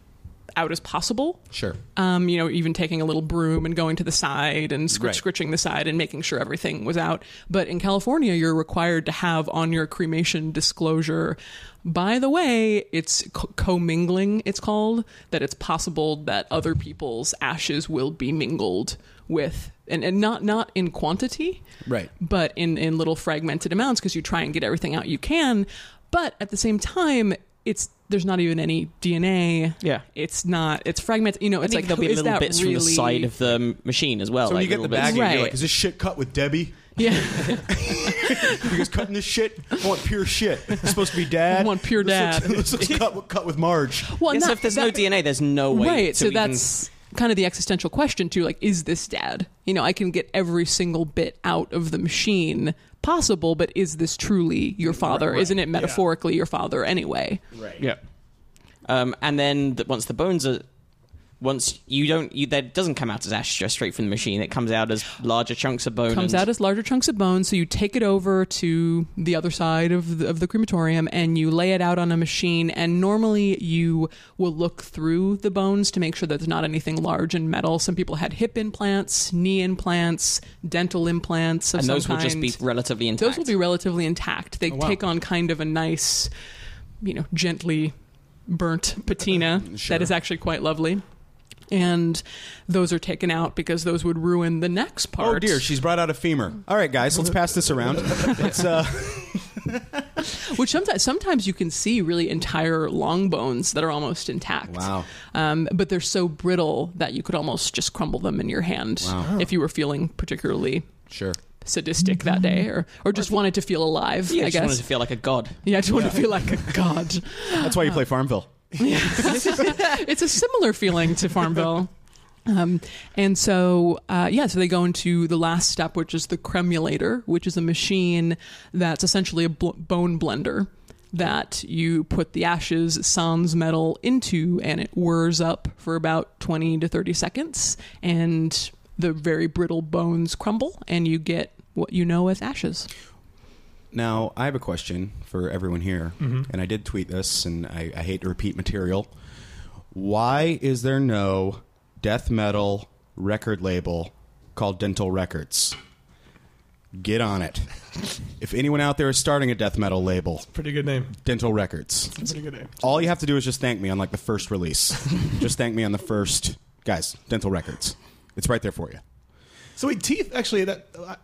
out as possible
Sure.
um, you know, even taking a little broom and going to the side and scritch,
Right.
scritching the side and making sure everything was out. But in California, you're required to have on your cremation disclosure. By the way, it's co- commingling. It's called that. It's possible that other people's ashes will be mingled with, and, and not not in quantity,
Right.
but in in little fragmented amounts because you try and get everything out you can. But at the same time, it's there's not even any DNA.
Yeah.
it's not. It's fragmented. You know, it's
think
like
there'll be
is
little
that
bits
really...
from the side of the machine
Oh,
as well.
So when
like
you get the
little
bag,
bits.
and you're like,
Right.
"Is this shit cut with Debbie?
*laughs*
*laughs*
yeah,
You guys cutting this shit? I want pure shit. It's supposed to be
I
dad.
want
*laughs*
pure
*laughs* This looks-
dad."
this looks cut, with- cut with Marge.
well,
Yeah, so
not-
if there's
that-
no DNA, there's no way.
right?
to
So
even-
that's kind of the existential question too like is this dad you know i can get every single bit out of the machine possible but is this truly your father isn't it metaphorically your father anyway
Yeah. Um, and then th- once the bones are, once you don't, you that doesn't come out as ash just straight from the machine. It comes out as larger chunks of bone.
comes
and-
out as larger chunks of bone. So you take it over to the other side of the, of the crematorium and you lay it out on a machine. And normally you will look through the bones to make sure that there's not anything large and metal. Some people had hip implants, knee implants, dental implants of
and
some
those will just be
kind.
relatively intact.
those will be relatively intact.
Oh,
They take on kind of a nice, you know, gently burnt
*laughs*
patina that is actually quite lovely. And those are taken out because those would ruin the next part.
Oh dear, she's brought out a femur. All right, guys, let's pass this around. *laughs* Let's, uh,
Which sometimes sometimes you can see really entire long bones that are almost intact.
Wow.
Um, but they're so brittle that you could almost just crumble them in your hand
Wow.
if you were feeling particularly
sure.
sadistic that day, or or just wanted to feel alive.
Yeah,
I
just
guess.
wanted to feel like a god.
yeah, I just wanted to feel like a god.
That's why you play Farmville.
*laughs* it's a similar feeling to Farmville. Um, and so, uh, yeah, so they go into the last step, which is the cremulator, which is a machine that's essentially a bl- bone blender that you put the ashes, sans metal into, and it whirs up for about 20 to 30 seconds, and the very brittle bones crumble, and you get what you know as ashes.
Now, I have a question for everyone here, and I did tweet this, and I, I hate to repeat material. Why is there no death metal record label called Dental Records? Get on it. If anyone out there is starting a death metal label,
Pretty good name.
Dental Records.
Pretty good name.
All you have to do is just thank me on like the first *laughs* release. just thank me on the first guys, Dental Records. It's right there for you.
So wait, teeth actually that uh,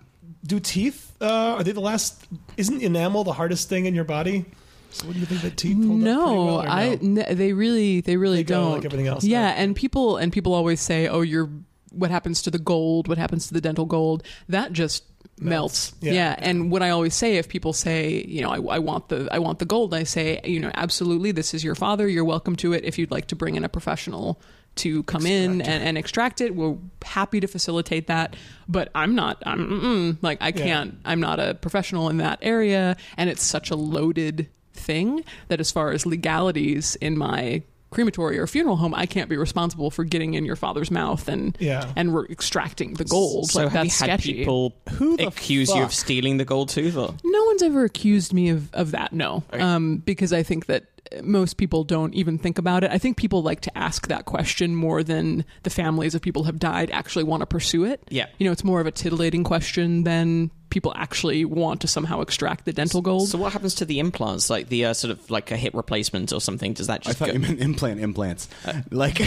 do teeth? Uh, are they the last? Isn't enamel the hardest thing in your body? So what do you think that teeth? Hold up pretty
no,
well, or no,
I n- they really they really
They go
don't
like everything else,
Yeah,
right?
and people and people always say, "Oh, you're what happens to the gold? What happens to the dental gold? That just melts."
Yeah.
Yeah. and what I always say if people say, you know, I, I want the I want the gold, I say, you know, absolutely, this is your father. You're welcome to it if you'd like to bring in a professional to come in and, and extract it. We're happy to facilitate that, but I'm not. I'm mm-mm, like I can't. I'm not a professional in that area, and it's such a loaded thing that as far as legalities in my crematory or funeral home, I can't be responsible for getting in your father's mouth and
Yeah.
and re- extracting the gold.
So
like
have you
that's
had
sketchy.
people accuse you of stealing the gold tooth? Or?
No one's ever accused me of, of that, no.
Right.
Um, because I think that most people don't even think about it. I think people like to ask that question more than the families of people who have died actually want to pursue it.
Yeah.
You know, it's more of a titillating question than people actually want to somehow extract the dental gold.
So what happens to the implants, like the uh, sort of like a hip replacement or something? Does that
I
just
thought
go?
you meant implant implants. *laughs* like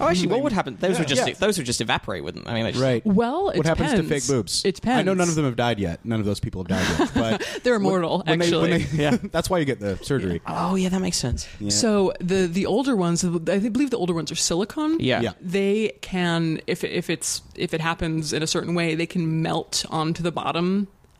oh, actually, what would happen? Those would just
Yeah.
those would just evaporate, wouldn't? I mean, they just,
Right.
Well, it
what happens to
depends.
fake boobs?
It depends.
I know none of them have died yet. None of those people
*laughs*
have died yet. But
They're immortal,
when they-
actually.
when they- yeah, that's why you get the surgery.
Oh yeah, that makes sense.
Yeah.
*laughs* So the the older ones, I believe the older ones are silicone.
Yeah.
Yeah.
they can if if it's if it happens in a certain way, they can melt onto the bottom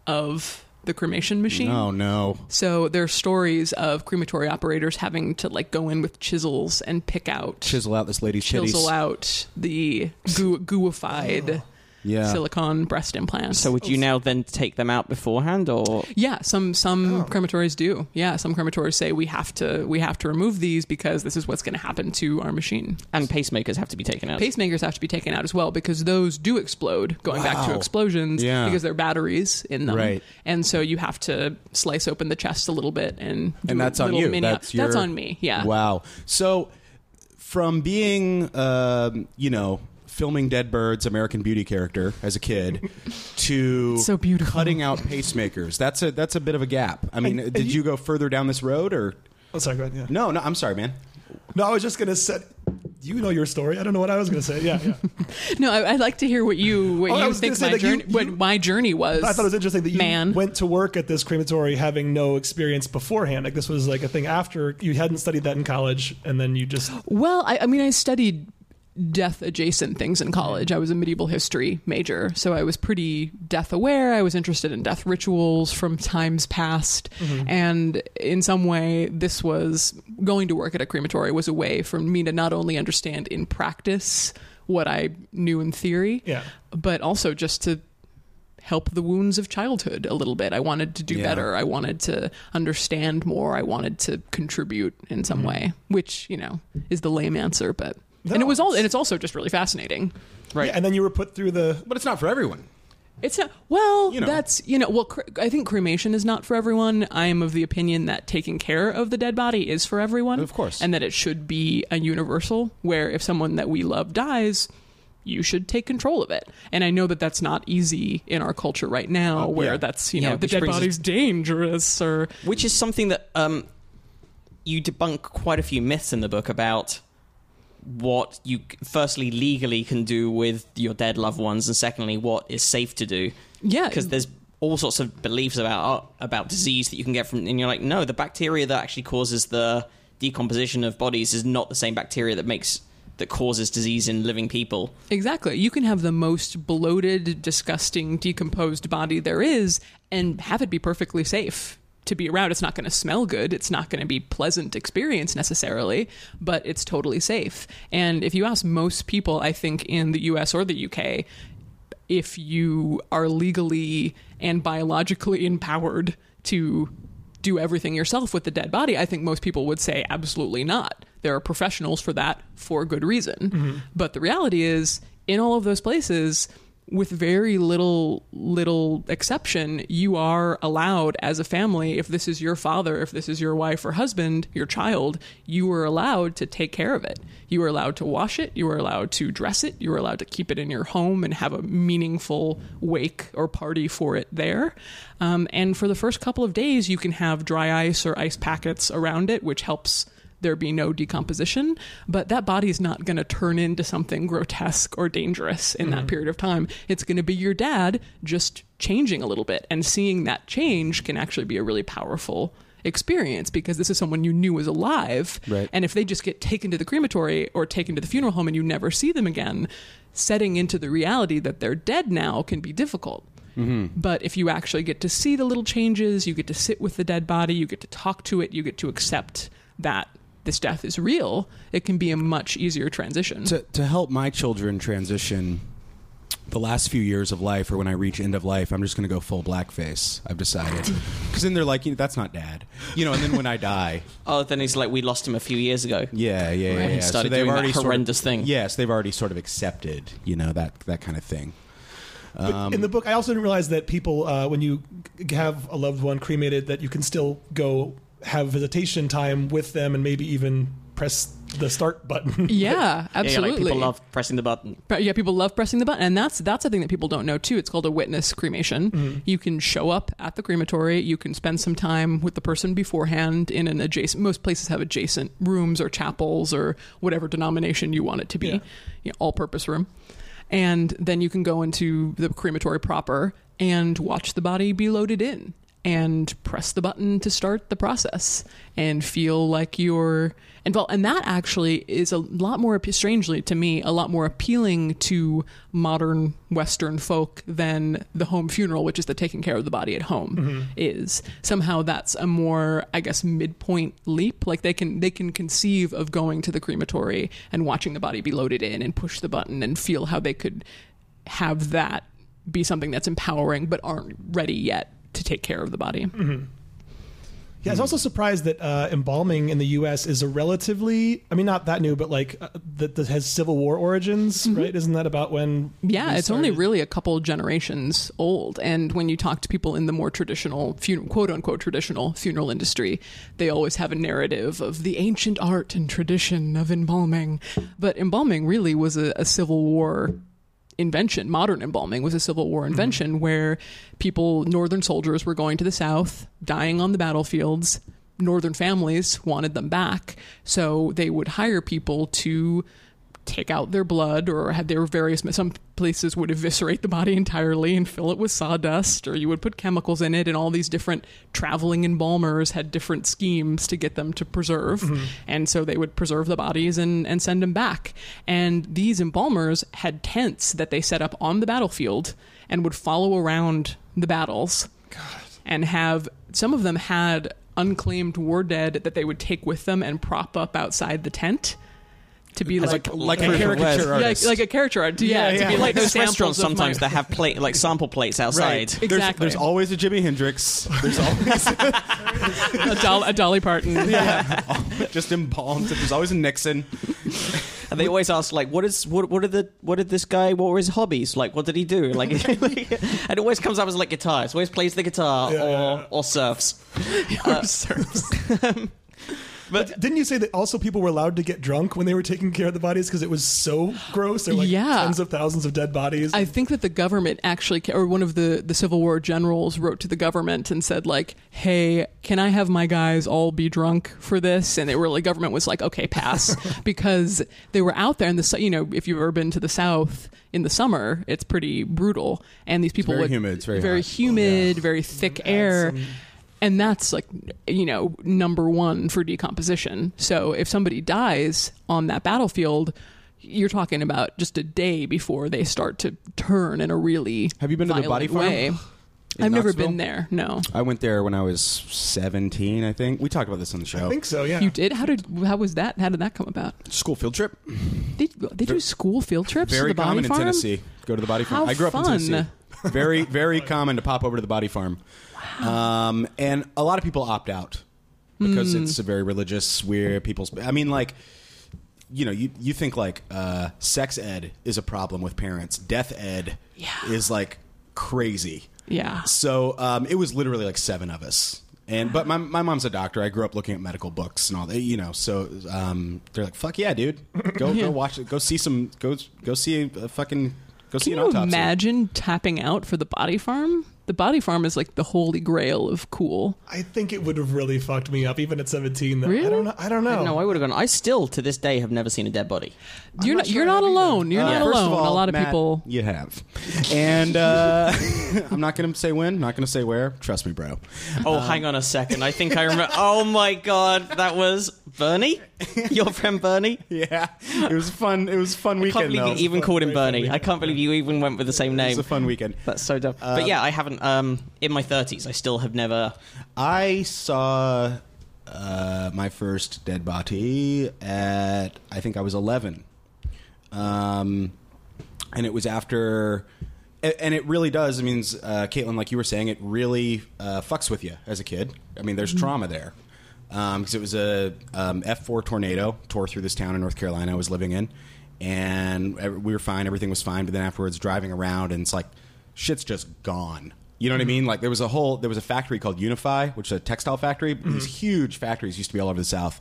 of the cremation machine.
Oh no.
So there are stories of crematory operators having to like go in with chisels and pick out
Chisel out this lady's
chisel
titties.
out the goo- gooified
Yeah.
silicone breast implants.
So would you now then take them out beforehand, or
Yeah, some some crematories do. Yeah, some crematories say we have to we have to remove these because this is what's going to happen to our machine.
and pacemakers have to be taken out?
Pacemakers have to be taken out as well because those do explode. Going back to
Wow.
explosions,
Yeah.
because there are batteries in them,
Right.
and so you have to slice open the chest a little bit and do
and that's
a
on
little
you.
Mini
that's your,
that's on me. Yeah.
Wow. So from being, um, you know, filming Dead Bird's American Beauty character as
*laughs*
a kid to
So beautiful.
cutting out pacemakers. That's a that's a bit of a gap. I mean, did you, go further down this road or
Oh, sorry. Go ahead. Yeah.
no? No, I'm sorry, man.
No, I was just gonna say. You know your story. I don't know what I was gonna say. Yeah.
*laughs*
yeah.
No, I, I'd like to hear what you what
Oh, I
you
was
think
gonna
my
say that you-
journey what
you-
my journey was.
I thought it was interesting that you
man.
went to work at this crematory having no experience beforehand. Like this was like a thing after you hadn't studied that in college, and then you just
Well, I, I mean, I studied death adjacent things in college. I was a medieval history major, so I was pretty death aware. I was interested in death rituals from times past. And in some way, this was going to work at a crematory was a way for me to not only understand in practice what I knew in theory,
Yeah.
but also just to help the wounds of childhood a little bit. I wanted to do
Yeah.
better. I wanted to understand more. I wanted to contribute in some way, which you know is the lame answer, but. and
Mm-hmm. No,
it was all,
it's-
and it's also just really fascinating.
Right.
Yeah, and then you were put through the
But it's not for everyone.
It's not, well,
You know.
that's, you know, well, cre- I think cremation is not for everyone. I am of the opinion that taking care of the dead body is for everyone.
Of course.
And that it should be a universal where if someone that we love dies, you should take control of it. And I know that that's not easy in our culture right now where
Oh, yeah.
that's, you
Yeah,
know, the
which
dead
brings us-
body's dangerous or,
Which is something that um, you debunk quite a few myths in the book about what you c- firstly legally can do with your dead loved ones, and secondly what is safe to do.
Yeah.
because there's all sorts of beliefs about uh, about disease that you can get from, and you're like, no, the bacteria that actually causes the decomposition of bodies is not the same bacteria that makes that causes disease in living people.
Exactly. You can have the most bloated, disgusting, decomposed body there is and have it be perfectly safe to be around. It's not going to smell good. It's not going to be pleasant experience necessarily, but it's totally safe. And if you ask most people, I think in the US or the UK, if you are legally and biologically empowered to do everything yourself with the dead body, I think most people would say absolutely not. There are professionals for that for good reason. But the reality is, in all of those places, with very little little exception, you are allowed as a family, if this is your father, if this is your wife or husband, your child, you are allowed to take care of it. You are allowed to wash it, you are allowed to dress it, you are allowed to keep it in your home and have a meaningful wake or party for it there. Um, and for the first couple of days, you can have dry ice or ice packets around it, which helps there be no decomposition, but that body is not going to turn into something grotesque or dangerous in that period of time. It's going to be your dad just changing a little bit. And seeing that change can actually be a really powerful experience because this is someone you knew was alive.
Right.
And if they just get taken to the crematory or taken to the funeral home and you never see them again, setting into the reality that they're dead now can be difficult. But if you actually get to see the little changes, you get to sit with the dead body, you get to talk to it, you get to accept that this death is real, it can be a much easier transition.
to, to help my children transition the last few years of life or when I reach end of life, I'm just going to go full blackface.
*laughs*
I've decided. Because then they're like, you know, that's not dad. You know, and then when I die,
Oh, then it's like we lost him a few years ago.
yeah, yeah, yeah.
Right.
yeah.
Started doing that horrendous
sort of,
thing.
Yes, they've already sort of accepted, you know, that, that kind of thing.
But in the
Um,
book, I also didn't realize that people, uh, when you g- have a loved one cremated, that you can still go have visitation time with them and maybe even press the start button. *laughs*
yeah,
Yeah,
absolutely.
like people love pressing the button.
But yeah, people love pressing the button, and that's that's a thing that people don't know too. It's called a witness cremation. You can show up at the crematory. You can spend some time with the person beforehand in an adjacent. Most places have adjacent rooms or chapels or whatever denomination you want it to be,
Yeah.
You know, all-purpose room, and then you can go into the crematory proper and watch the body be loaded in and press the button to start the process and feel like you're involved. And that actually is a lot more, appe- strangely to me, a lot more appealing to modern Western folk than the home funeral, which is the taking care of the body at home, is. Somehow that's a more, I guess, midpoint leap. Like they can they can conceive of going to the crematory and watching the body be loaded in and push the button and feel how they could have that be something that's empowering but aren't ready yet to take care of the body.
Yeah, I was also surprised that uh, embalming in the U.S. is a relatively, I mean, not that new, but like uh, that, that has Civil War origins, right? Isn't that about when?
Mm-hmm. Yeah,
we
it's only
started?
really a couple generations old. And when you talk to people in the more traditional, fun- quote unquote, traditional funeral industry, they always have a narrative of the ancient art and tradition of embalming. But embalming really was a, a Civil War invention. Modern embalming was a Civil War invention where people, Northern soldiers, were going to the South, dying on the battlefields. Northern families wanted them back. So they would hire people to take out their blood or had their various some places would eviscerate the body entirely and fill it with sawdust or you would put chemicals in it and all these different traveling embalmers had different schemes to get them to preserve and so they would preserve the bodies and, and send them back and these embalmers had tents that they set up on the battlefield and would follow around the battles and have some of them had unclaimed war dead that they would take with them and prop up outside the tent to be like
like
a caricature
yeah,
artist.
like a character art. Yeah,
Yeah,
to
yeah.
be
like
like
those
samples
restaurants
of my-
sometimes that have plate like sample plates outside.
There's-
Exactly.
There's, always a Jimi Hendrix. There's
*laughs*
always
*laughs* a, Dol- a Dolly Parton.
*laughs* just embalmed. There's always a Nixon.
And they always ask like, "What is what? What are the what did this guy? What were his hobbies? Like, what did he do? Like, *laughs* and it always comes up as like guitar. It always plays the guitar
Yeah,
or
yeah, yeah.
or *laughs* surfs.
Or
*laughs*
serves.
But didn't you say that also people were allowed to get drunk when they were taking care of the bodies because it was so gross? There were like
Yeah.
tens of thousands of dead bodies.
I think that the government actually, ca- or one of the, the Civil War generals wrote to the government and said, like, hey, can I have my guys all be drunk for this? And they were like, government was like, okay,
*laughs*
pass. because they were out there in the, su- you know, if you've ever been to the South in the summer, it's pretty brutal. And these people
very
would-
humid, it's very hot.
humid, very thick air. And that's like, you know, number one for decomposition. So if somebody dies on that battlefield, you're talking about just a day before they start to turn in a really
Have you been to the
violent
Body Farm
way.
in
I've never
Knoxville?
been there. No,
I went there when I was 17, I think. We talked about this on the show.
I think so, yeah.
you did. How did? How was that? How did that come about?
School field trip.
They they do school field trips to
Very
the Body
common in
Farm?
Tennessee. Go to the body farm.
How
I grew up
fun.
in Tennessee.
*laughs*
Very, very common to pop over to the body farm. Um, and a lot of people opt out because
Hmm.
it's a very religious, weird people's. I mean, like, you know, you, you think like uh, sex ed is a problem with parents, death ed is like crazy.
Yeah.
So um, it was literally like seven of us. And but my my mom's a doctor. I grew up looking at medical books and all that, you know. So um, they're like, "Fuck yeah, dude!
*laughs*
Go
Yeah.
go watch it. Go see some. Go go see a, fucking. Go see
Can
an
you
autopsy."
imagine tapping out for the Body Farm? The Body Farm is like the holy grail of cool.
I think it would have really fucked me up even at 17. Though.
Really?
I don't know. I don't know.
I don't know. I would have gone. I still to this day have never seen a dead body.
You're not,
sure
you're
I
not
have either.
alone. You're
Uh,
not
first
alone.
of all,
a lot of
Matt,
people.
you have, and uh, *laughs* I'm not gonna say when, not gonna say where. Trust
*laughs*
me, bro.
Oh, hang on a second. I think I remember. oh my god, that was Bernie, your friend Bernie.
Yeah, it was fun. It was a fun
I can't
weekend.
believe
though.
you even
it
called him Bernie. I can't believe you even went with the same
was
name.
a fun weekend.
That's so dumb. but yeah, I haven't. Um, in my thirties, I still have never.
I saw uh, my first dead body at I think I was eleven, um, and it was after. a- And it really does. I mean, uh, Caitlin, like you were saying, it really uh, fucks with you as a kid. I mean, there's trauma there because it was a um, F4 tornado tore through this town in North Carolina I was living in, and ev- we were fine, everything was fine. But then afterwards, driving around, and it's like shit's just gone. You know what I mean? Like there was a whole there was a factory called Unify, which is a textile factory. These huge factories used to be all over the South,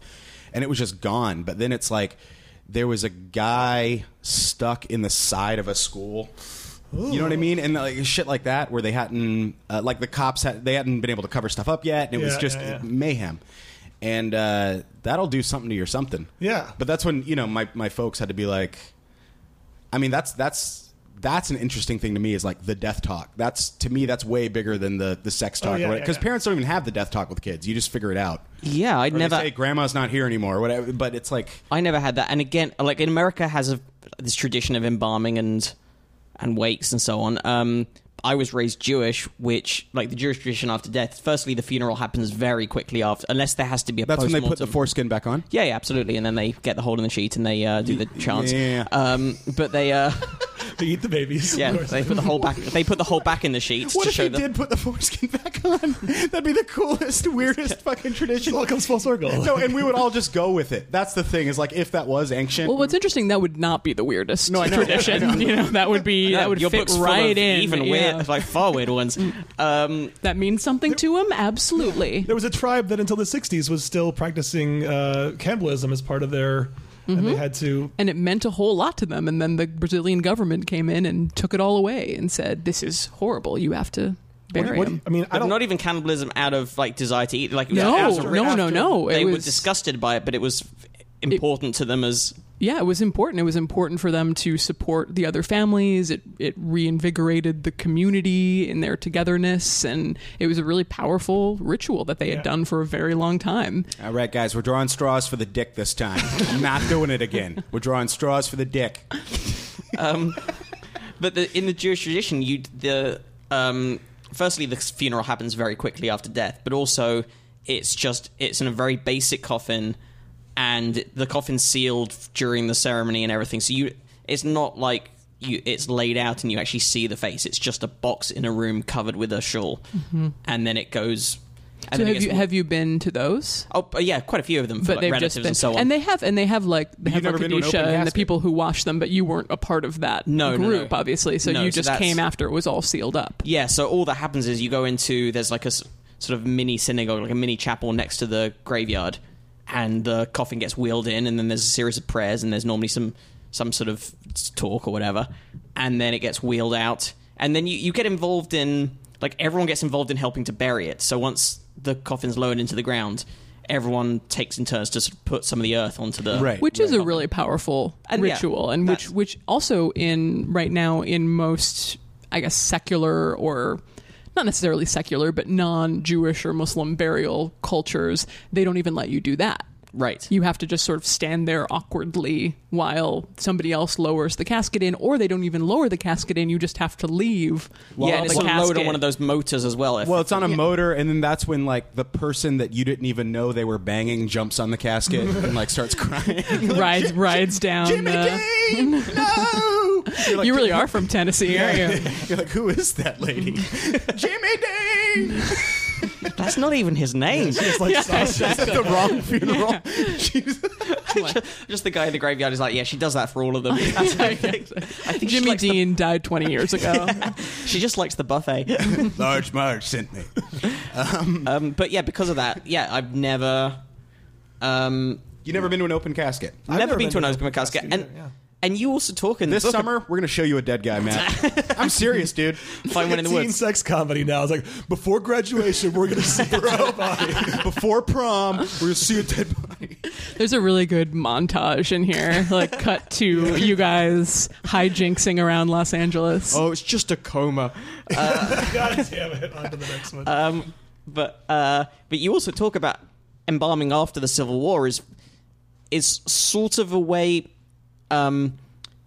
and it was just gone. But then it's like there was a guy stuck in the side of a school. You know what I mean? And like shit like that, where they hadn't, uh, like the cops had, they hadn't been able to cover stuff up yet, and it was
Yeah,
just
yeah, yeah.
mayhem and uh, that'll do something to your something
Yeah.
but that's when you know my, my folks had to be like i mean that's that's that's an interesting thing to me is like the death talk that's to me that's way bigger than the the sex talk
Oh, yeah, yeah,
because
yeah.
parents don't even have the death talk with kids you just figure it out
Yeah, I
Or they
never.
say grandma's not here anymore or whatever but it's like
I never had that. And again, like in America has a this tradition of embalming and and wakes and so on. Um, I was raised Jewish, which like the Jewish tradition after death. Firstly, the funeral happens very quickly after, unless there has to be a.
that's when they put the
postmortem.
foreskin back on
Yeah, yeah, absolutely. And then they get the hole in the sheet and they uh, do the chance.
yeah.
Um, but they, uh, *laughs*
To eat the babies. of
yeah,
course.
they put the hole back. They put the hole back in the sheet
what
to
if
show
you
them.
did put the foreskin *laughs* back on? That'd be the coolest, weirdest fucking
It
tradition.
all comes full
*laughs*
circle.
No, and we would all just go with it. That's the thing. Is like if that was ancient,
Well, what's interesting, that would not be the weirdest
No, I know.
tradition. *laughs* You know, that would be that would
your
fit
book's full
right
of
in.
even uh,
yeah.
weird, like far
*laughs*
weird ones. Um,
that means something to him, absolutely.
There was a tribe that until the 60s was still practicing uh, cannibalism as part of their. And
Mm-hmm.
they had to.
And it meant a whole lot to them. And then the Brazilian government came in and took it all away and said, "This is horrible. You have to bury
What,
him."
I mean, I
but
don't.
not even cannibalism out of like desire to eat. Like it was
No,
out of-
no, no,
after-
no. It
They were
was-
disgusted by it, but it was important to them as
Yeah, it was important. It was important for them to support the other families. It it reinvigorated the community in their togetherness, and it was a really powerful ritual that they had
Yeah.
done for a very long time.
All right, guys, we're drawing straws for the dick this time. Not doing it again. We're drawing straws for the dick.
But the, in the Jewish tradition, you the um, firstly the funeral happens very quickly after death, but also it's just it's in a very basic coffin, and the coffin's sealed during the ceremony and everything. So you, it's not like you, it's laid out and you actually see the face. It's just a box in a room covered with a shawl, and then it goes. And
Mm-hmm. So
then it
have
gets
you have you been to those?
Oh but yeah, quite a few of them for
But
like
they've
relatives
just been,
and so on.
they have, and they have like they have
You've
like
never been to an
Kadusha
open
and the
casket.
people who wash them, but you weren't a part of that
No, no, no.
group, obviously. So
No,
you
so
just
that's-
came after it was all sealed up.
yeah, so all that happens is you go into there's like a s- sort of mini synagogue, like a mini chapel next to the graveyard, and the coffin gets wheeled in, and then there's a series of prayers, and there's normally some some sort of s- talk or whatever, and then it gets wheeled out, and then you you get involved in like everyone gets involved in helping to bury it. So once the coffin's lowered into the ground, everyone takes in turns to sort of put some of the earth onto the
Right.
which is a really powerful
And yeah,
ritual and which
that's-
which also in right now in most i guess secular or not necessarily secular but non-jewish or muslim burial cultures they don't even let you do that
right.
you have to just sort of stand there awkwardly while somebody else lowers the casket in or they don't even lower the casket in you just have to leave
yeah,
while
and
the
it's sort of lowered on
casket-
one of those motors as well. If,
Well, it's on a motor, and then that's when like the person that you didn't even know they were banging jumps on the casket and like starts crying.
*laughs*
*laughs*
rides rides down
Jimmy
the-
*laughs* King, no! You're like,
you really are
*laughs*
from tennessee aren't you
*laughs* You're like, who is that lady? Jimmy Dean.
*laughs* that's not even his
*laughs*
name.
It's
*laughs*
like sausage.
That's
*laughs*
the wrong funeral. She's-
*laughs* Just the guy in the graveyard is like, yeah, she does that for all of them. *laughs* I think she
Jimmy
likes the-
Dean died 20 years
*laughs*
ago.
she just likes the buffet.
*laughs* Large Marge sent me.
Um, but yeah, because of that, yeah, I've never, um,
You never been to an open casket?
never,
never
been
been
to an
to a
open casket,
casket
and
either, yeah.
and you also talk in the
This
book
summer, we're gonna show you a dead
*laughs*
guy, Matt. I'm serious, dude.
Find one in the
teen
woods.
sex comedy now. It's like before graduation, we're gonna see her out body.
Before prom, we're gonna see a dead body.
There's a really good montage in here, like cut to you guys hijinksing around Los Angeles.
Oh, it's just a coma.
Uh,
*laughs* God damn it! On to the next one.
Um, but uh, but you also talk about embalming after the Civil War is is sort of a way um,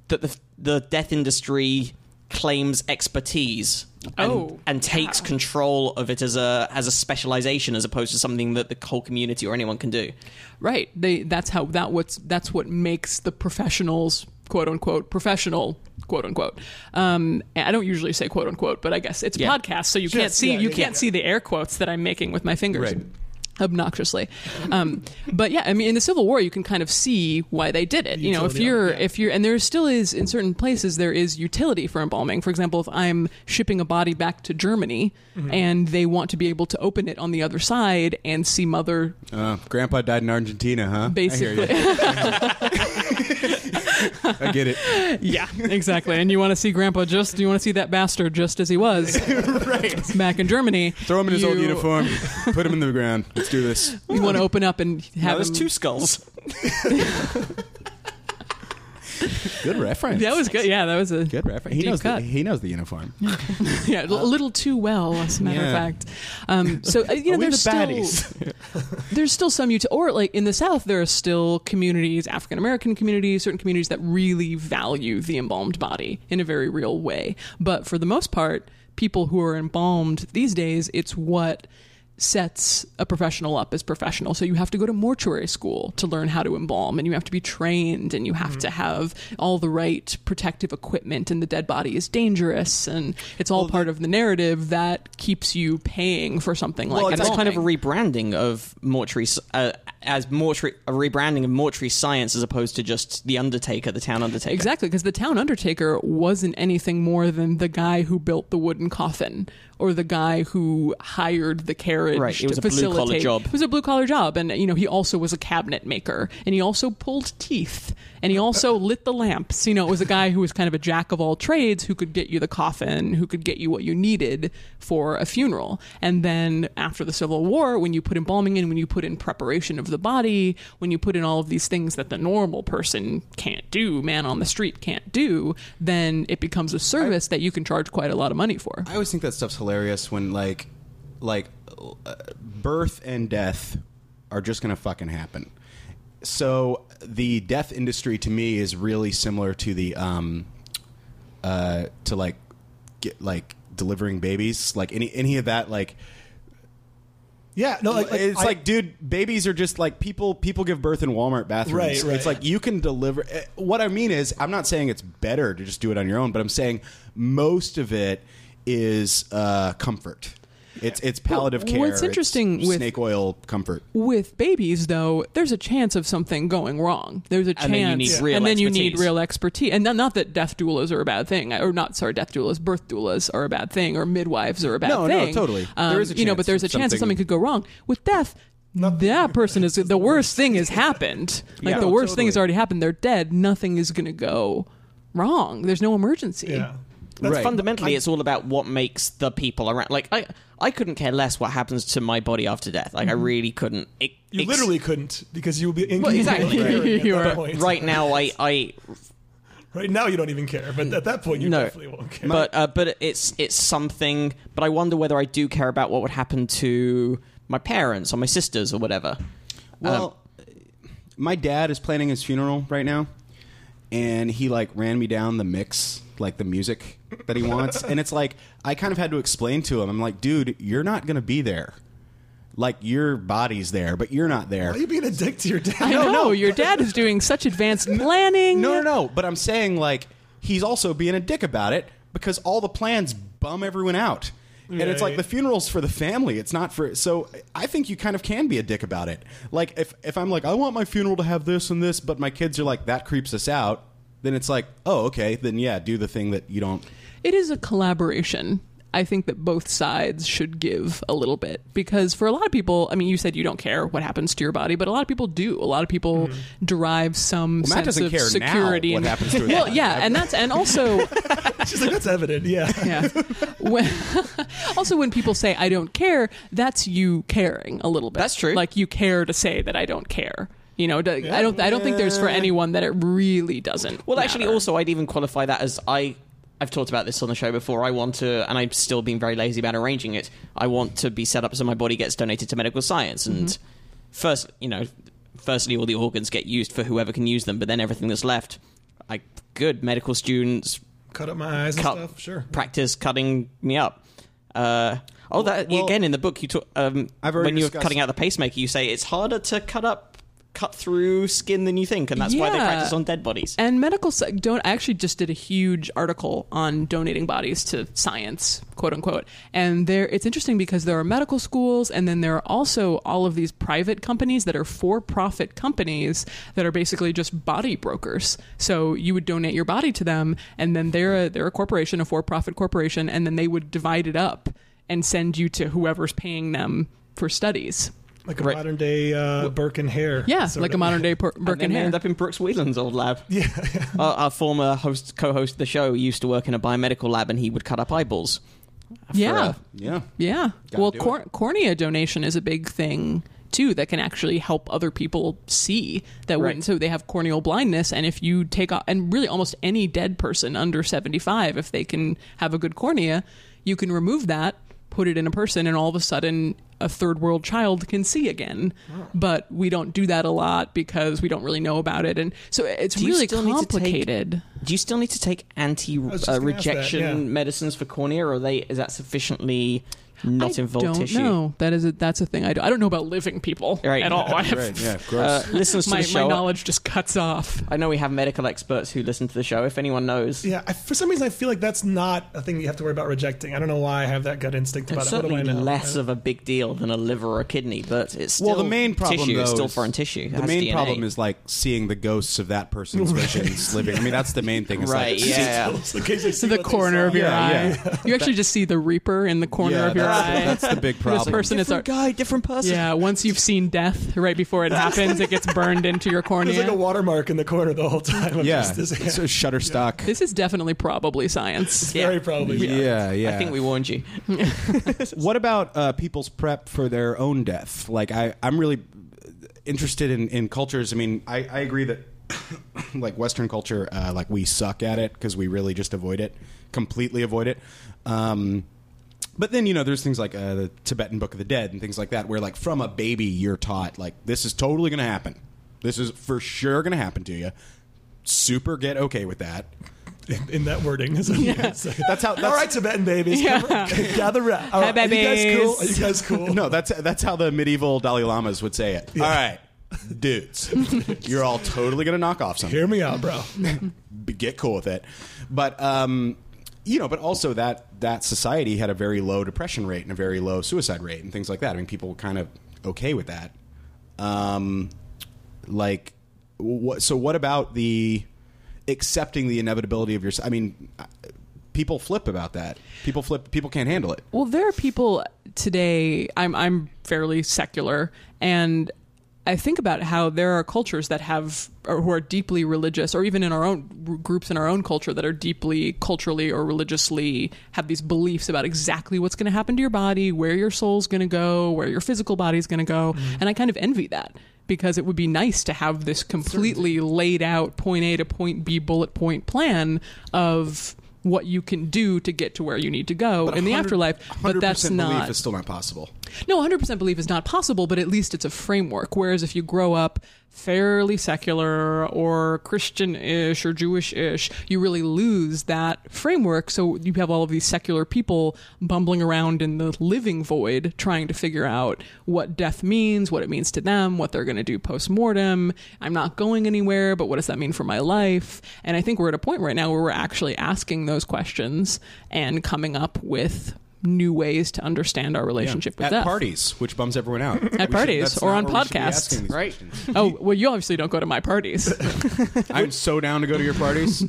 that the the death industry claims expertise and,
Oh,
and takes control of it as a as a specialization as opposed to something that the whole community or anyone can do.
Right. They that's how that what's that's what makes the professionals quote unquote professional quote unquote. Um, and I don't usually say quote unquote, but I guess it's a
Yeah.
podcast, so you can't see
yeah,
you
yeah,
can't
yeah.
see the air quotes that I'm making with my fingers.
Right.
Obnoxiously, um, but yeah, I mean, in the Civil War, you can kind of see why they did it. you know, if
utility of it,
you're
yeah.
if you're, and there still is in certain places there is utility for embalming. For example, if I'm shipping a body back to Germany
Mm-hmm.
and they want to be able to open it on the other side and see mother
Uh, Grandpa died in Argentina, huh?
basically.
I, hear you. I get it.
Yeah, *laughs* exactly. And you want to see Grandpa just you want to see that bastard just as he was
right.
back in Germany.
Throw him in his old
You-
uniform. Put him in the ground. Let's do this.
You want to open up and
Now
have
there's
him-
*laughs*
two skulls.
Good reference.
That was good. Yeah, that was a
good reference. He
Deep
knows. The,
cut.
he knows the uniform.
*laughs* yeah, a little too well, as a matter
Yeah.
of fact. Um, so uh, you know,
We're the
there's still
baddies.
there's still some Utah, or like in the South, there are still communities, African American communities, certain communities that really value the embalmed body in a very real way. But for the most part, people who are embalmed these days, it's what sets a professional up as professional. So you have to go to mortuary school to learn how to embalm and you have to be trained and you have to have all the right protective equipment and the dead body is dangerous and it's all part of the narrative that keeps you paying for something like
and it's kind of a
embalming.
rebranding of mortuary s- uh, as mortuary a rebranding of mortuary science as opposed to just the undertaker, the town undertaker.
Exactly, because the town undertaker wasn't anything more than the guy who built the wooden coffin or the guy who hired the carriage.
Right, it was
to
a blue-collar
facilitate-
job.
It was a blue collar job, and you know he also was a cabinet maker, and he also pulled teeth, and he also lit the lamps. You know, it was a guy who was kind of a jack of all trades who could get you the coffin, who could get you what you needed for a funeral. And then after the Civil War, when you put embalming in, when you put in preparation of the body, when you put in all of these things that the normal person can't do, man on the street can't do, then it becomes a service that you can charge quite a lot of money for.
I always think that stuff's hilarious when like like uh, birth and death are just going to fucking happen. So the death industry to me is really similar to the um uh to like get like delivering babies, like any any of that like
Yeah, no, like, like
it's
I-
like, dude, babies are just like people. People give birth in Walmart bathrooms.
Right, right.
It's like you can deliver. eh, What I mean is, I'm not saying it's better to just do it on your own, but I'm saying most of it is uh, comfort. It's it's palliative
Well,
care.
what's
it's
interesting with-
snake oil comfort?
with babies though there's a chance of something going wrong there's a chance
And then you need real
and then you
expertise.
need real expertise and not, not that death doulas are a bad thing or not sorry death doulas birth doulas are a bad thing or midwives are a bad
No, no,
thing
totally.
um,
There is a
you know but
chance
there's a
of
chance that something
something-
could go wrong with death that person is the worst thing has happened like
Yeah.
the
No,
worst thing has
totally.
already happened they're dead nothing is going to go wrong there's no emergency
yeah.
That's
Right.
fundamentally, it's all about what makes the people around. Like I, I couldn't care less what happens to my body after death. Like I really couldn't. e-, It,
Mm-hmm. You
it's-
literally couldn't because you would be
Well, exactly.
inconceivably
You
at
are
that point.
right now. I, I
Right now, you don't even care, but at that point, *laughs* you
No.
definitely won't care.
but uh, but it's it's something. But I wonder whether I do care about what would happen to my parents or my sisters or whatever.
Well, my dad is planning his funeral right now, and he like ran me down the mix, like the music that he wants, and it's like I kind of had to explain to him. I'm like, dude, you're not gonna be there. Like your body's there, but you're not there.
Why are you being a dick to your dad?
i know your dad is doing such advanced planning
*laughs* No, no, no. But I'm saying like he's also being a dick about it because all the plans bum everyone out. And it's like
Right.
the funeral's for the family. It's not for so I think you kind of can be a dick about it. Like if if I'm like I want my funeral to have this and this, but my kids are like that creeps us out, then it's like, "Oh, okay, then yeah, do the thing that you don't
It is a collaboration. I think that both sides should give a little bit because for a lot of people, I mean, you said you don't care what happens to your body, but a lot of people do. A lot of people derive some
Mm-hmm. Well, Matt
sense
doesn't
of
care now
security.
what
and-
happens to
*laughs*
his
well,
body.
yeah, and that's and
*laughs*
also
She's like, that's evident. Yeah.
*laughs* yeah. When, *laughs* also, when people say "I don't care," that's you caring a little bit.
That's true.
Like you care to say that I don't care. You know, d- I don't. I don't think there's for anyone that it really doesn't.
Well, actually,
matter.
also I'd even qualify that as I. I've talked about this on the show before. I want to, and I've still been very lazy about arranging it. I want to be set up so my body gets donated to medical science, and
Mm-hmm.
first, you know, firstly, all the organs get used for whoever can use them, but then everything that's left, I good medical students
Cut up my eyes and
cut,
stuff. Sure.
practice cutting me up. Uh, oh, that
well-
again in the book you talk. Um,
I've already
when you're
discussed-
cutting out the pacemaker, you say it's harder to cut up, cut through skin than you think, and that's why they
Yeah.
practice on dead bodies.
And medical sci- don't. I actually just did a huge article on donating bodies to science, quote unquote. And there, it's interesting because there are medical schools, and then there are also all of these private companies that are for-profit companies that are basically just body brokers. So you would donate your body to them, and then they're a, they're a corporation, a for-profit corporation, and then they would divide it up and send you to whoever's paying them for studies.
Like a
Right.
modern day uh, Burke and Hare.
Yeah,
sort
like a
of.
modern day per- Birkenhead.
*laughs* and then they end up in Brooks Whelan's old lab. Yeah, *laughs* our, our former host, co-host of the show, used to work in a biomedical lab, and he would cut up eyeballs. for,
Yeah.
uh, *laughs*
Yeah.
Yeah.
Gotta
well,
do
cor- cornea donation is a big thing too that can actually help other people see that
Right.
wouldn't so they have corneal blindness and if you take off and really almost any dead person under 75 if they can have a good cornea you can remove that put it in a person and all of a sudden a third world child can see again but we don't do that a lot because we don't really know about it and so it's
Do you
really
still need to take-
complicated
do you still need to take
was just gonna ask that,
anti-rejection
yeah.
medicines for cornea, or are they is that sufficiently not
I
involved
don't
tissue?
know that is a, that's a thing I, do. I don't know about living people
Right.
at
*laughs*
all I have
Right. Yeah, gross.
Uh, listeners to
my,
the show,
knowledge just cuts off.
I know we have medical experts who listen to the show. If anyone knows,
Yeah. I, for some reason, I feel like that's not a thing you have to worry about rejecting. I don't know why I have that gut instinct about
it's
it. What do
certainly
I know? Uh,
less of a big deal than a liver or a kidney, but it's still
well, the main problem
tissue.
though
it's still
is-
foreign tissue. It
The
has
main
DNA.
problem is like seeing the ghosts of that
*laughs*
person's visions living. I mean, that's the main thing. Is
right.
Like,
*laughs*
Yeah.
*laughs* It's the case I see
The
what they
corner
saw.
of your
Yeah,
eye. *laughs* You actually just see the Reaper in the corner
Yeah,
of your
that's,
eye.
that's the *laughs* big
this
problem.
person is our.
guy, different
*laughs*
person.
Yeah, once you've seen death right before it happens, it gets burned into
*laughs*
your cornea.
There's like a watermark in the corner the whole time. of
Yeah,
just this-
it's *laughs*
*laughs*
a Shutterstock.
this is definitely probably science.
Yeah.
Very probably.
Yeah, yeah.
I think we warned you.
what about uh, people's prep for their own death? Like, I, I'm really interested in, in cultures. I mean, I, I agree that *coughs* like Western culture, uh, like we suck at it because we really just avoid it, completely avoid it. Um, but then you know, there's things like uh, the Tibetan Book of the Dead and things like that, where like from a baby you're taught like this is totally going to happen. This is for sure going to happen to you. Super get okay with that.
*laughs* in, in that wording. *laughs* Is what you guys say.
That's how-
All
that's-
right, Tibetan babies, cover- gather up. All
Hi,
right, are you guys cool? Are
babies.
you guys *laughs* cool?
No, that's that's how the medieval Dalai Lamas would say it. All right, dudes, you're all totally gonna knock off something.
Hear me out, *laughs* bro.
B- Get cool with it. But um, you know, but also that that society had a very low depression rate and a very low suicide rate and things like that. I mean, people were kind of okay with that. Um, like, what? So what about the accepting the inevitability of your? I mean. I- People flip about that. People flip. People can't handle it.
Well, there are people today. I'm I'm fairly secular, and I think about how there are cultures that have or who are deeply religious, or even in our own r- groups in our own culture that are deeply culturally or religiously have these beliefs about exactly what's going to happen to your body, where your soul's going to go, where your physical body's going to go, and I kind of envy that. Because it would be nice to have this completely laid out point A to point B bullet point plan of what you can do to get to where you need to go in the
100
afterlife, but that's
100% belief
not.
is still not possible.
no, 100% belief is not possible, but at least it's a framework. Whereas if you grow up fairly secular or Christian ish or Jewish ish, you really lose that framework. So you have all of these secular people bumbling around in the living void trying to figure out what death means, what it means to them, what they're going to do post mortem. I'm not going anywhere, but what does that mean for my life? And I think we're at a point right now where we're actually asking those questions and coming up with new ways to understand our relationship with
at
death.
parties, which bums everyone out. At
parties or on podcasts,
right?
*laughs* Oh, well, you obviously don't go to my parties.
I'm so down to go to your parties.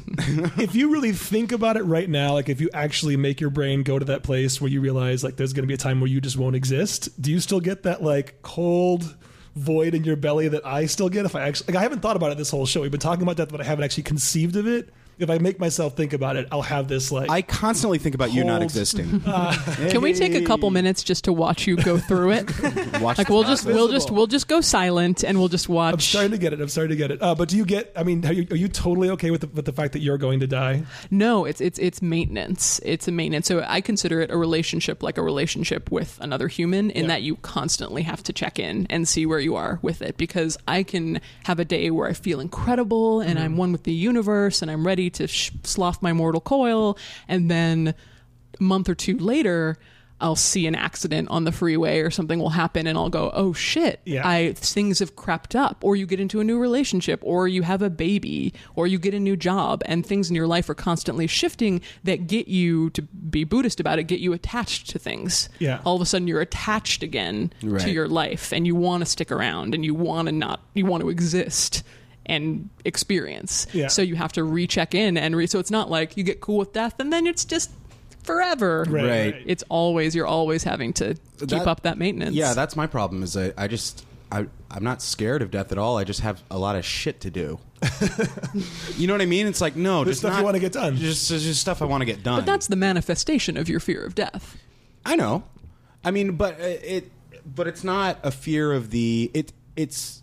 if you really think about it right now, like if you actually make your brain go to that place where you realize like there's going to be a time where you just won't exist, do you still get that like cold void in your belly that I still get if I actually like I haven't thought about it this whole show. We've been talking about that, but I haven't actually conceived of it. If I make myself think about it, I'll have this
*laughs*
like
I constantly think about you not *laughs*
Cold.
existing.
Can we take a couple minutes just to watch you go through it?
Watch
Like
the
we'll just
process.
we'll just we'll just go silent and we'll just
I'm
watch.
starting to get it. I'm starting to get it. Uh, but do you get? I mean, are you, are you totally okay with the, with the fact that you're going to die?
No, it's it's it's maintenance. It's a maintenance. So I consider it a relationship like a relationship with another human in
Yeah.
that you constantly have to check in and see where you are with it because I can have a day where I feel incredible and
Mm-hmm.
I'm one with the universe and I'm ready to sh- slough my mortal coil and then a month or two later I'll see an accident on the freeway or something will happen and I'll go, "Oh shit.
Yeah.
I things have crept up or you get into a new relationship or you have a baby or you get a new job and things in your life are constantly shifting that get you to be buddhist about it get you attached to things
Yeah.
all of a sudden you're attached again
Right.
to your life and you want to stick around and you want to not you want to exist and experience
Yeah.
so you have to recheck in and re- so it's not like you get cool with death and then it's just forever
Right.
it's always you're always having to keep
That-
up that maintenance
Yeah, that's my problem. Is I, I just I I'm not scared of death at all. I just have a lot of shit to
*laughs*
do. you know what I mean? It's like no,
There's
just
stuff you
not-
wanna get done.
Just there's just stuff I want to get done.
But that's the manifestation of your fear of death.
I know. I mean, but uh, it, but it's not a fear of the it. It's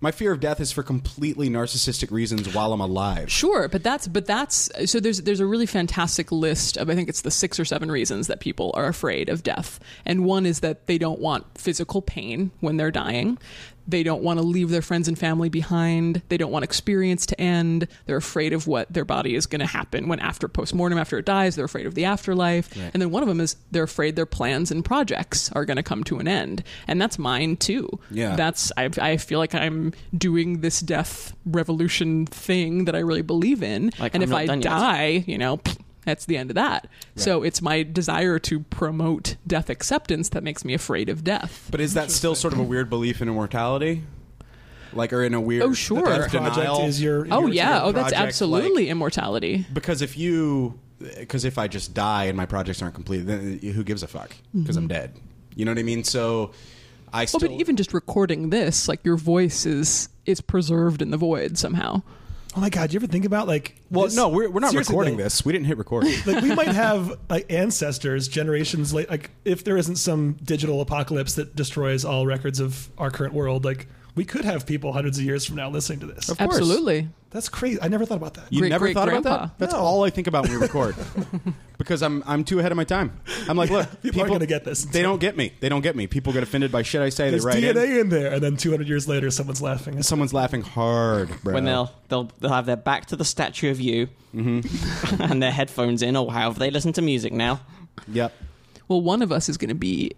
my fear of death is for completely narcissistic reasons while I'm alive.
Sure, but that's but that's so there's there's a really fantastic list of I think it's the six or seven reasons that people are afraid of death. And one is that they don't want physical pain when they're dying. They don't want to leave their friends and family behind. They don't want experience to end. They're afraid of what their body is going to happen when after postmortem after it dies. They're afraid of the afterlife. And then one of them is they're afraid their plans and projects are going to come to an end. And that's mine too.
Yeah.
That's that's I, I feel like I'm doing this death revolution thing that I really believe in,
Like,
and
I'm
if
not
I
done yet.
die, you know, pfft, that's the end of that. So it's my desire to promote death acceptance that makes me afraid of death.
But is that still sort of a weird belief in immortality? Like, or in a weird
Oh, sure.
death
Project
denial?
is your.
oh
your-
yeah,
sort
oh
of
that's
project, like-
absolutely immortality.
because if you because if I just die and my projects aren't complete, then uh, who gives a fuck? Because I'm dead. You know what I mean? So I
Mm-hmm. Well,
still.
but even just recording this, like your voice is is preserved in the void somehow.
Oh my god! You ever think about like?
well,
this-
no, we're, we're not
Seriously,
recording
though,
this. We didn't hit record. *laughs*
like we might have like ancestors generations late like if there isn't some digital apocalypse that destroys all records of our current world like we could have people hundreds of years from now listening to this.
Of course.
Absolutely.
That's crazy. I never thought about that.
You
Great-
never
great
thought about
grandpa.
that? That's
No.
all I think about when we
*laughs*
record. because I'm I'm too ahead of my time. I'm like, look,
people aren't gonna get this.
They don't get me. They don't get me. People get offended by shit I say.
There's
they write in.
DNA in. there, and then 200 years later, someone's laughing. It's
Someone's laughing hard, bro.
when they'll they'll they'll have their back to the statue of you *laughs* and their headphones in or however they listen to music now.
Yep.
Well, one of us is going to be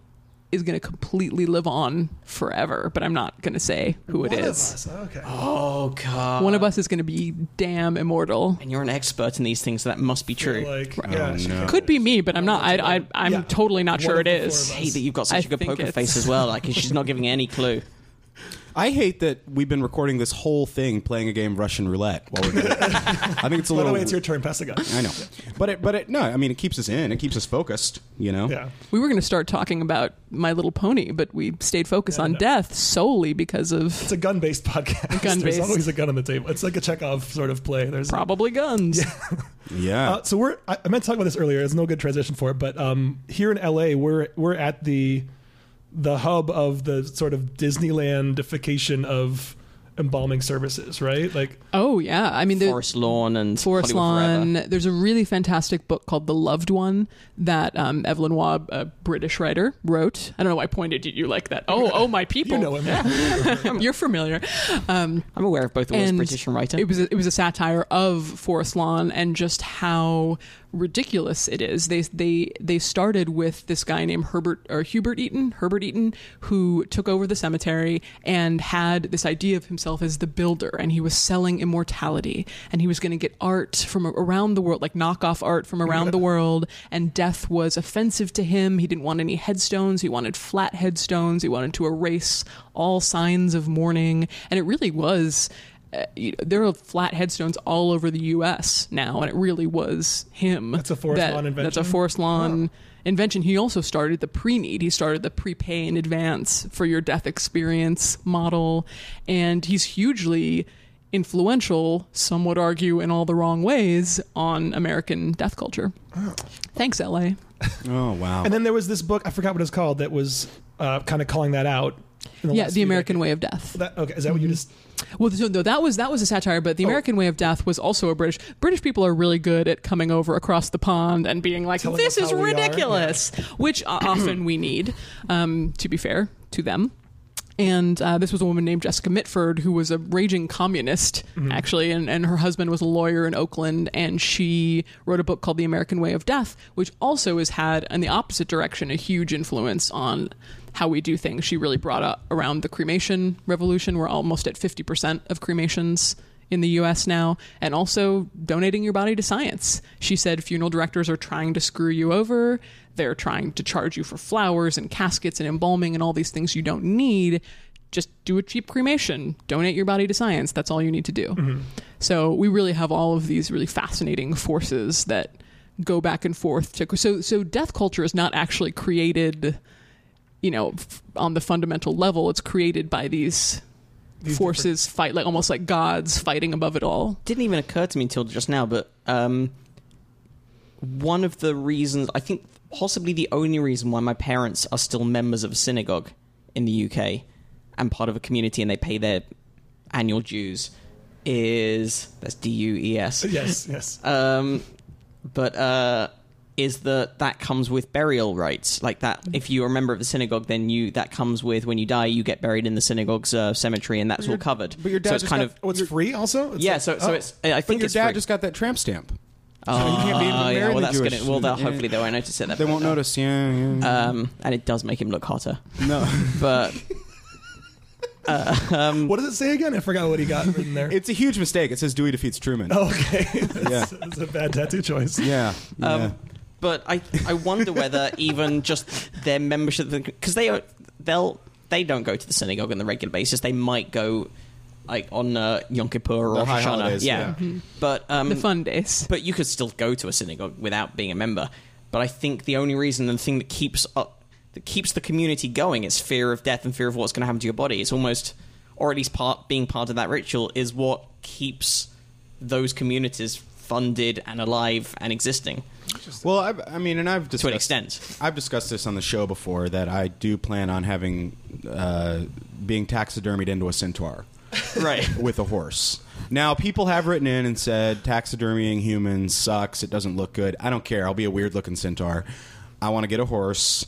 is going to completely live on forever, but I'm not going to say who it
One of
is.
us. Okay.
Oh god.
One of
Uh,
us is going to be damn immortal.
and you're an expert in these things, so that must be true.
Like, yeah, she-
Oh, no.
Could be me, but I'm not. I, I, I'm
Yeah.
totally not
One
sure
of
it
the four
is.
of
I hate that you've got
I
such a good
think
poker
it's-
face as well. Like 'cause she's not
*laughs*
giving any clue.
I hate that we've been recording this whole thing playing a game of Russian roulette while we're doing it. I think it's a
By
little.
the way, it's your turn. Pass
*laughs*
the gun.
I know, but it, but it, no, I mean it keeps us in. It keeps us focused. You know.
Yeah.
We were going to start talking about My Little Pony, but we stayed focused on
no.
death solely because of
It's a gun based podcast.
Gun-based.
There's always a gun on the table. It's like a Chekhov sort of play. There's
probably guns.
Yeah.
Uh, so we're I, I meant to talk about this earlier. It's no good transition for it, but um, here in LA, we're we're at the the hub of the sort of Disneylandification of embalming services, right? Like
Oh yeah, I mean, there,
Forest lawn and
Forest
Hollywood
Lawn.
Forever.
There's a really fantastic book called The Loved One that um, Evelyn Waugh, a British writer, wrote. I don't know why I pointed at you like that. Oh, oh, my people.
*laughs* you know
*laughs*
him.
You're familiar. Um,
I'm aware of both the words,
and
British and writer.
It was a, it was a satire of Forest Lawn and just how ridiculous it is. They they they started with this guy named Herbert or Hubert Eaton, Herbert Eaton, who took over the cemetery and had this idea of himself as the builder, and he was selling immortality, and he was going to get art from around the world, like knockoff art from around the world, and death was offensive to him. He didn't want any headstones. He wanted flat headstones. He wanted to erase all signs of mourning, and it really was uh, you know, there are flat headstones all over the U.S. now, and it really was him.
That's a Forest Lawn invention?
That's a forest lawn invention. He also started the pre-need. He started the prepay in advance for your death experience model, and he's hugely influential. Some would argue in all the wrong ways on American death culture. Thanks, L.A.
oh wow.
And then there was this book I forgot what it's called that was uh, kind of calling that out. in
yeah,
last
the
few
American Mm-hmm.
decades.
way of death.
That, okay, is that what you just?
Well, so, no, that was that was a satire, but the
Oh.
American Way of Death was also a British. British people are really good at coming over across the pond and being like,
Telling
"This
us
is
how we are."
ridiculous," which o- often we need. Um, to be fair to them. And uh, this was a woman named Jessica Mitford who was a raging communist, actually, and, and her husband was a lawyer in Oakland. And she wrote a book called The American Way of Death, which also has had, in the opposite direction, a huge influence on how we do things. She really brought up around the cremation revolution. We're almost at 50% of cremations in the US now, and also donating your body to science. She said funeral directors are trying to screw you over. They're trying to charge you for flowers and caskets and embalming and all these things you don't need. Just do a cheap cremation, donate your body to science. That's all you need to do. So we really have all of these really fascinating forces that go back and forth to so so death culture is not actually created you know f- on the fundamental level it's created by these forces fight like almost like gods fighting above it all.
didn't even occur to me until just now, but um, one of the reasons, I think possibly the only reason why my parents are still members of a synagogue in the UK and part of a community and they pay their annual dues is that's D U E S.
Yes, yes.
Um, but uh, is that that comes with burial rights? Like that, if you are a member of the synagogue, then you that comes with when you die, you get buried in the synagogue's uh, cemetery, and that's all covered.
but your dad
so it's
just
kind
got-
of
oh, it's free also. It's
yeah.
like-
so so
oh.
it's I I
but
think
your
it's
dad
free.
just got that tramp stamp.
Oh,
you can't be even
yeah,
married
well,
to
that's
Jewish.
gonna. Well, they'll,
Yeah.
hopefully they won't notice it.
They won't notice. Yeah. yeah.
Um, and it does make him look hotter.
no. *laughs*
But
What does it say again? I forgot what he got written there.
It's a huge mistake. It says Dewey defeats Truman.
*laughs*
Oh.
okay, *laughs* that's,
Yeah.
that's a bad tattoo choice.
Yeah. yeah.
um, but I I wonder whether even just their membership because they are they'll they don't go to the synagogue on the regular basis. They might go like on uh, Yom Kippur or
The
Rosh
high
Hashanah.
holidays, yeah.
But um,
The fun days.
But you could still go to a synagogue without being a member. But I think the only reason and the thing that keeps up that keeps the community going is fear of death and fear of what's going to happen to your body. It's almost, or at least part being part of that ritual is what keeps those communities funded and alive and existing
well, I've, I mean, and I've discussed,
to an extent.
I've discussed this on the show before that I do plan on having uh, being taxidermied into a centaur
*laughs* Right.
with a horse. Now, people have written in and said taxidermying humans sucks. It doesn't look good. I don't care. I'll be a weird looking centaur. I want to get a horse.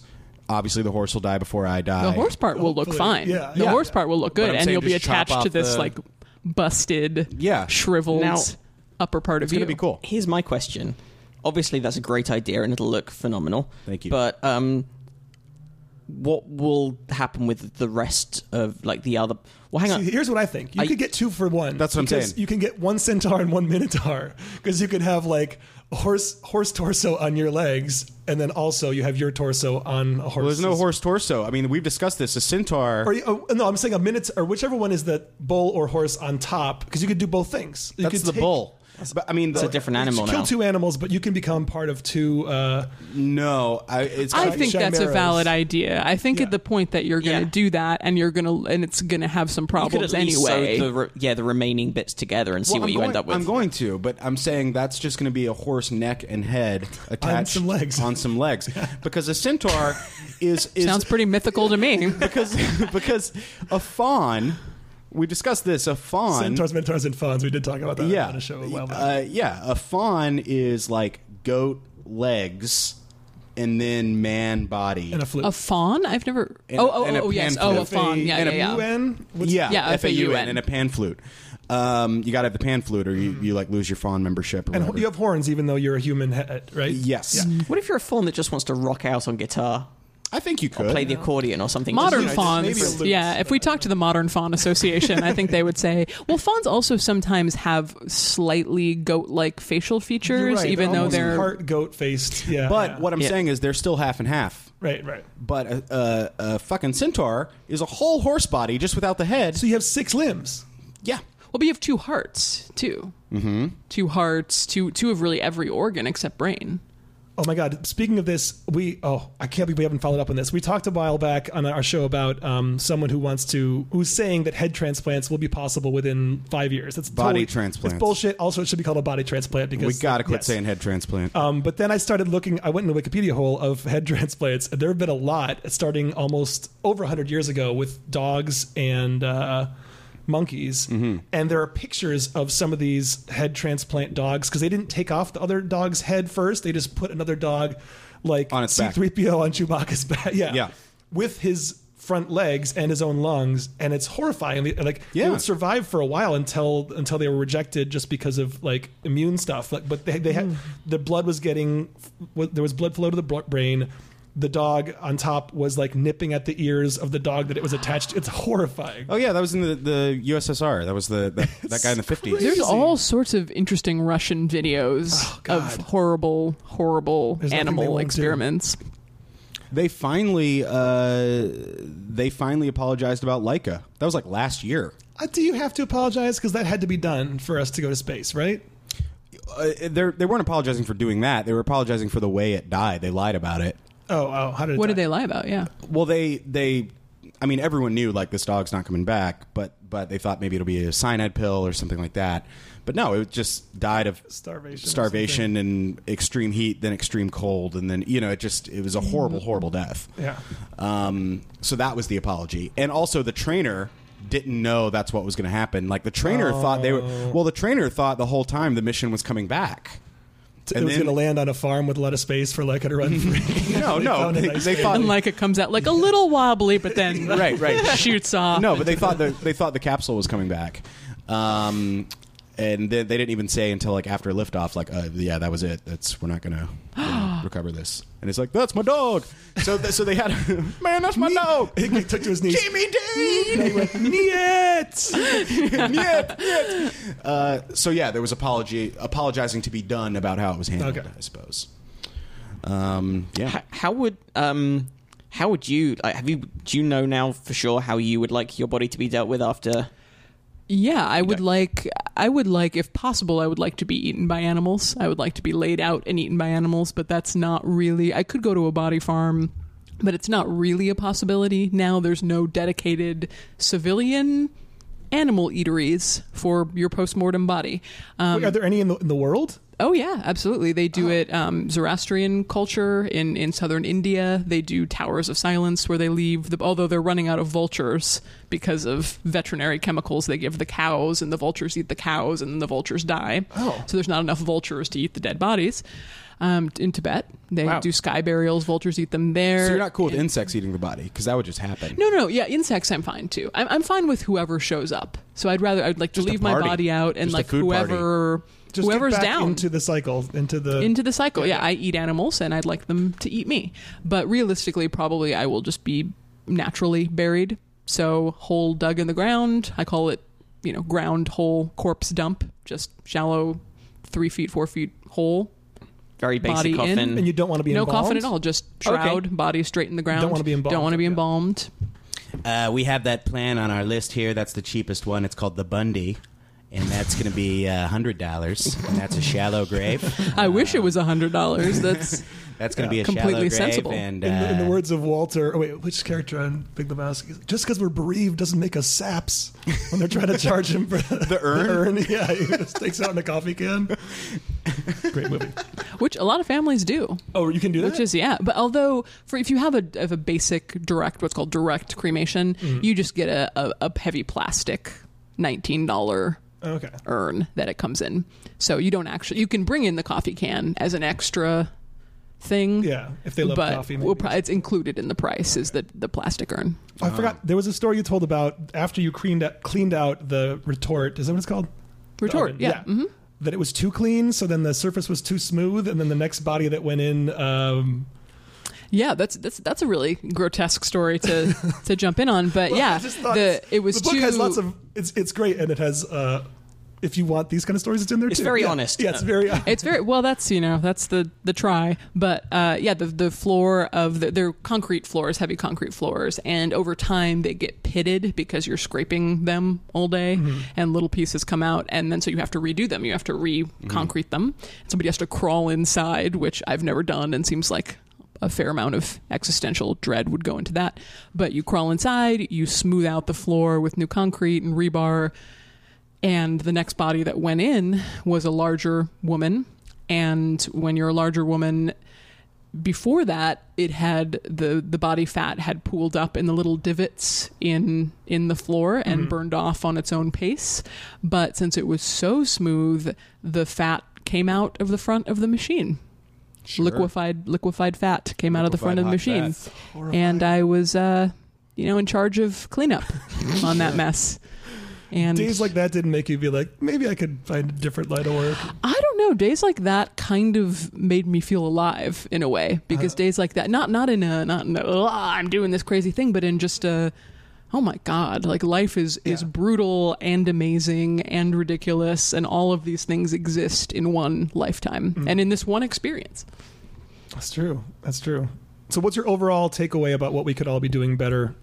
Obviously, the horse will die before I die.
The horse part will look
Hopefully.
fine.
Yeah,
the
yeah.
horse part will look
But
good,
I'm
and
saying
you'll be
just chop
attached
off
to this
the-
like busted,
Yeah.
shriveled
Now-
upper part
It's
of you.
going to be cool.
Here's my question. Obviously, that's a great idea and it'll look phenomenal.
Thank you.
But um, what will happen with the rest of like the other? Well,
*laughs*
hang on.
See, here's what I think. You
I-
could get two for one.
That's what I'm
because
saying.
You can get one centaur and one minotaur *laughs* because you could have like a horse horse torso on your legs, and then also you have your torso on a horse.
Well, there's no horse torso. I mean, we've discussed this. A centaur.
Or, oh, no, I'm saying a minute or whichever one is the bull or horse on top because you could do both things. You
that's
could
the
take-
bull. But I mean,
It's a different animal
Kill
now.
two animals, but you can become part of two. Uh,
No, I, it's.
I
Shine-
think
shine
that's a
arrows.
valid idea. I think
Yeah.
at the point that you're going to
Yeah.
do that, and you're going to, and it's going to have some
You could at
problems
least sew
anyway.
the re- yeah, the remaining bits together and see
Well,
what
I'm
you
going,
end up with.
I'm going to, but I'm saying that's just going to be a horse neck and
*laughs*
head attached
some legs.
on some
*laughs*
legs. because a centaur
*laughs*
is, is
Sounds pretty mythical to me.
*laughs* because because a fawn. We discussed this. A fawn.
centaurs, minotaurs, and fawns. We did talk about that
yeah,
on a show a while back.
uh, yeah. A fawn is like goat legs, and then man body.
and a flute.
A fawn? I've never.
And-
oh, oh,
and a
oh, yes.
pan
Oh, a
flute.
fawn. Yeah,
And
yeah,
a
yeah.
UN. What's-
yeah,
Yeah,
F-A-U-N,
F-A-U-N.
and a pan flute. Um, you got to have the pan flute, or you, you like lose your fawn membership. Or
Mm-hmm. And
whatever.
you have horns, even though you're a human head, right?
yes,
What if you're a fawn that just wants to rock out on guitar,
I think you could
play the accordion or something?
Modern
Just-
maybe a
fawns,
loose-
yeah. If we talk to the Modern Fawn Association, I think they would say, well, fawns also sometimes have slightly goat-like facial
You're
features,
right,
even though
almost
they're
part goat faced. *laughs* Yeah,
But
yeah.
what I'm
Yeah.
saying is they're still half and half.
Right, right.
But a, a, a fucking centaur is a whole horse body just without the head.
So you have six limbs.
yeah.
Well, but you have two hearts too. Mm-hmm. Two hearts, two two of really every organ except brain.
Oh my God! Speaking of this, we oh I can't believe we haven't followed up on this. We talked a while back on our show about um, someone who wants to who's saying that head transplants will be possible within five years. That's
Body
totally,
transplants.
It's bullshit. Also, it should be called a body transplant because
We got to quit
yes.
saying head transplant.
Um, but then I started looking. I went in the Wikipedia hole of head *laughs* transplants, and there have been a lot, starting almost over 100 years ago, with dogs and uh, monkeys.
Mm-hmm.
And there are pictures of some of these head transplant dogs because they didn't take off the other dog's head first; they just put another dog, like
On its back.
C-3PO on Chewbacca's *laughs* back. Yeah,
Yeah.
with his front legs and his own lungs and it's horrifying like
Yeah.
they would survive for a while until until they were rejected just because of like immune stuff. Like, but they they had the blood was getting w- there was blood flow to the bro- brain. The dog on top was like nipping at the ears of the dog that it was attached. to. It's horrifying.
oh yeah, that was in the, the USSR. That was the that,
*laughs*
that guy in the 50s.
There's all sorts of interesting Russian videos of horrible, horrible
nothing they
Oh, animal
won't do.
experiments.
They finally uh, they finally apologized about Leica. That was like last year.
Uh, Do you have to apologize because that had to be done for us to go to space, right?
Uh, they're- they weren't apologizing for doing that. They were apologizing for the way it died. They lied about it.
Oh, oh, how did it
What
die?
did they lie about? Yeah.
Well, they they, I mean, everyone knew like this dog's not coming back, but but they thought maybe it'll be a cyanide pill or something like that. But no, it just died of
Starvation or
starvation, and extreme heat, then extreme cold, and then you know it just it was a horrible, horrible death.
Yeah.
Um. So that was the apology, and also the trainer didn't know that's what was going to happen. Like the trainer thought they were.
Oh.
Well, the trainer thought the whole time the mission was coming
*laughs*
back.
it
and
was
then-
going to land on a farm with a lot of space for Leica to *laughs* run. free.
No, no,
found a
they,
nice
they
thing.
thought.
And like it comes out like a little wobbly, but then
Right, right.
shoots off.
*laughs* No, but they thought the, they thought the capsule was coming back, um, and they, they didn't even say until like after liftoff, like, uh, yeah, that was it. That's we're not gonna you know, recover this. And it's like, that's my dog. So th- so they had, *laughs* man, that's my dog.
*laughs* he took to his knees.
Jimmy Dean. Niet, niet. Uh, so yeah, there was apology apologizing to be done about how it was handled.
Okay.
I suppose. Um, yeah.
H- How would um, how would you like, have you do you know now for sure how you would like your body to be dealt with after?
Yeah, I would like I would like if possible I would like to be eaten by animals. I would like to be laid out and eaten by animals, but that's not really I could go to a body farm, but it's not really a possibility. Now there's no dedicated civilian animal eateries for your postmortem body. Um,
Wait, are there any in the, in the world?
Oh yeah, absolutely. They
Oh.
do it um, Zoroastrian culture in, in southern India. They do Towers of Silence where they leave the although they're running out of vultures because of veterinary chemicals they give the cows and the vultures eat the cows and the vultures die.
Oh.
So there's not enough vultures to eat the dead bodies. Um, in Tibet, they
Wow.
do sky burials. Vultures eat them there.
So you're not cool with insects eating the body because that would just happen.
No, no, yeah, insects. I'm fine too. I'm, I'm fine with whoever shows up. So I'd rather I'd like to
Just a
leave my
party.
body out and
Just a
like
food
whoever
Just get
whoever's
back
down
into the cycle, into the
into the cycle.
Yeah,
Yeah,
yeah.
I eat animals and I'd like them to eat me. But realistically, probably I will just be naturally buried. So hole dug in the ground. I call it, you know, ground hole corpse dump. Just shallow, three feet, four feet hole.
Very basic
Body in.
coffin.
and you don't want to be
no
embalmed?
coffin at all. Just shroud, body straight in the ground.
wanna be embalmed,
Don't want to be
yeah.
embalmed.
Uh, we have that plan on our list here. That's the cheapest one. It's called the Bundy, and that's going to be uh, hundred dollars, and that's a shallow grave.
I wish it was a hundred dollars.
*laughs*
That's
That's going to be
Yeah.
a shallow
Completely
grave,
sensible.
and uh,
In the, in the words of Walter, oh wait, which character on Big Lebowski? Just because we're bereaved doesn't make us saps. When they're trying to charge
*laughs*
him for *laughs* the,
urn?
yeah, he just takes it out in a coffee can. Great movie.
which a lot of families do.
Oh, you can do that.
Which is yeah, but although for if you have a of a basic direct what's called direct cremation,
Mm-hmm.
you just get a, a, a heavy plastic nineteen dollar
Oh, okay.
urn that it comes in. So you don't actually you can bring in the coffee can as an extra thing.
Yeah, if they love
but
coffee,
we'll
maybe.
pro- it's included in the price is the the plastic urn.
I forgot there was a story you told about after you cleaned out, cleaned out the retort. Is that what it's called? The
Retort,
oven,
yeah. mhm.
That it was too clean, so then the surface was too smooth, and then the next body that went in. Um,
Yeah, that's that's that's a really grotesque story to
*laughs*
to jump in on, but yeah,
I just thought
the it was
the book
too
has lots of it's it's great and it has uh if you want these kind of stories it's in there
It's
too.
very
Yeah.
honest.
yeah it's very
*laughs* It's very well. That's you know that's the the try. But uh, yeah, the the floor of the, they're concrete floors, heavy concrete floors, and over time they get pitted because you're scraping them all day, and little pieces come out, and then so you have to redo them. You have to re concrete them. Somebody has to crawl inside, which I've never done, and seems like a fair amount of existential dread would go into that. But you crawl inside, you smooth out the floor with new concrete and rebar. And the next body that went in was a larger woman. And when you're a larger woman, before that, it had the, the body fat had pooled up in the little divots in in the floor and
Mm-hmm.
burned off on its own pace. But since it was so smooth, the fat came out of the front of the machine. Liquefied liquefied fat came out of the front of the
Liquefied
machine.
hot
And I was uh, you know, in charge of
*laughs*
cleanup on that mess. And
days like that didn't make you be like maybe i could find a different line of work
I don't know. Days like that kind of made me feel alive in a way because days like that, not not in a not in a, "Ugh, I'm doing this crazy thing, but in just a oh my god, like life is is
Yeah.
brutal and amazing and ridiculous, and all of these things exist in one lifetime and in this one experience.
that's true that's true so what's your overall takeaway about what we could all be doing better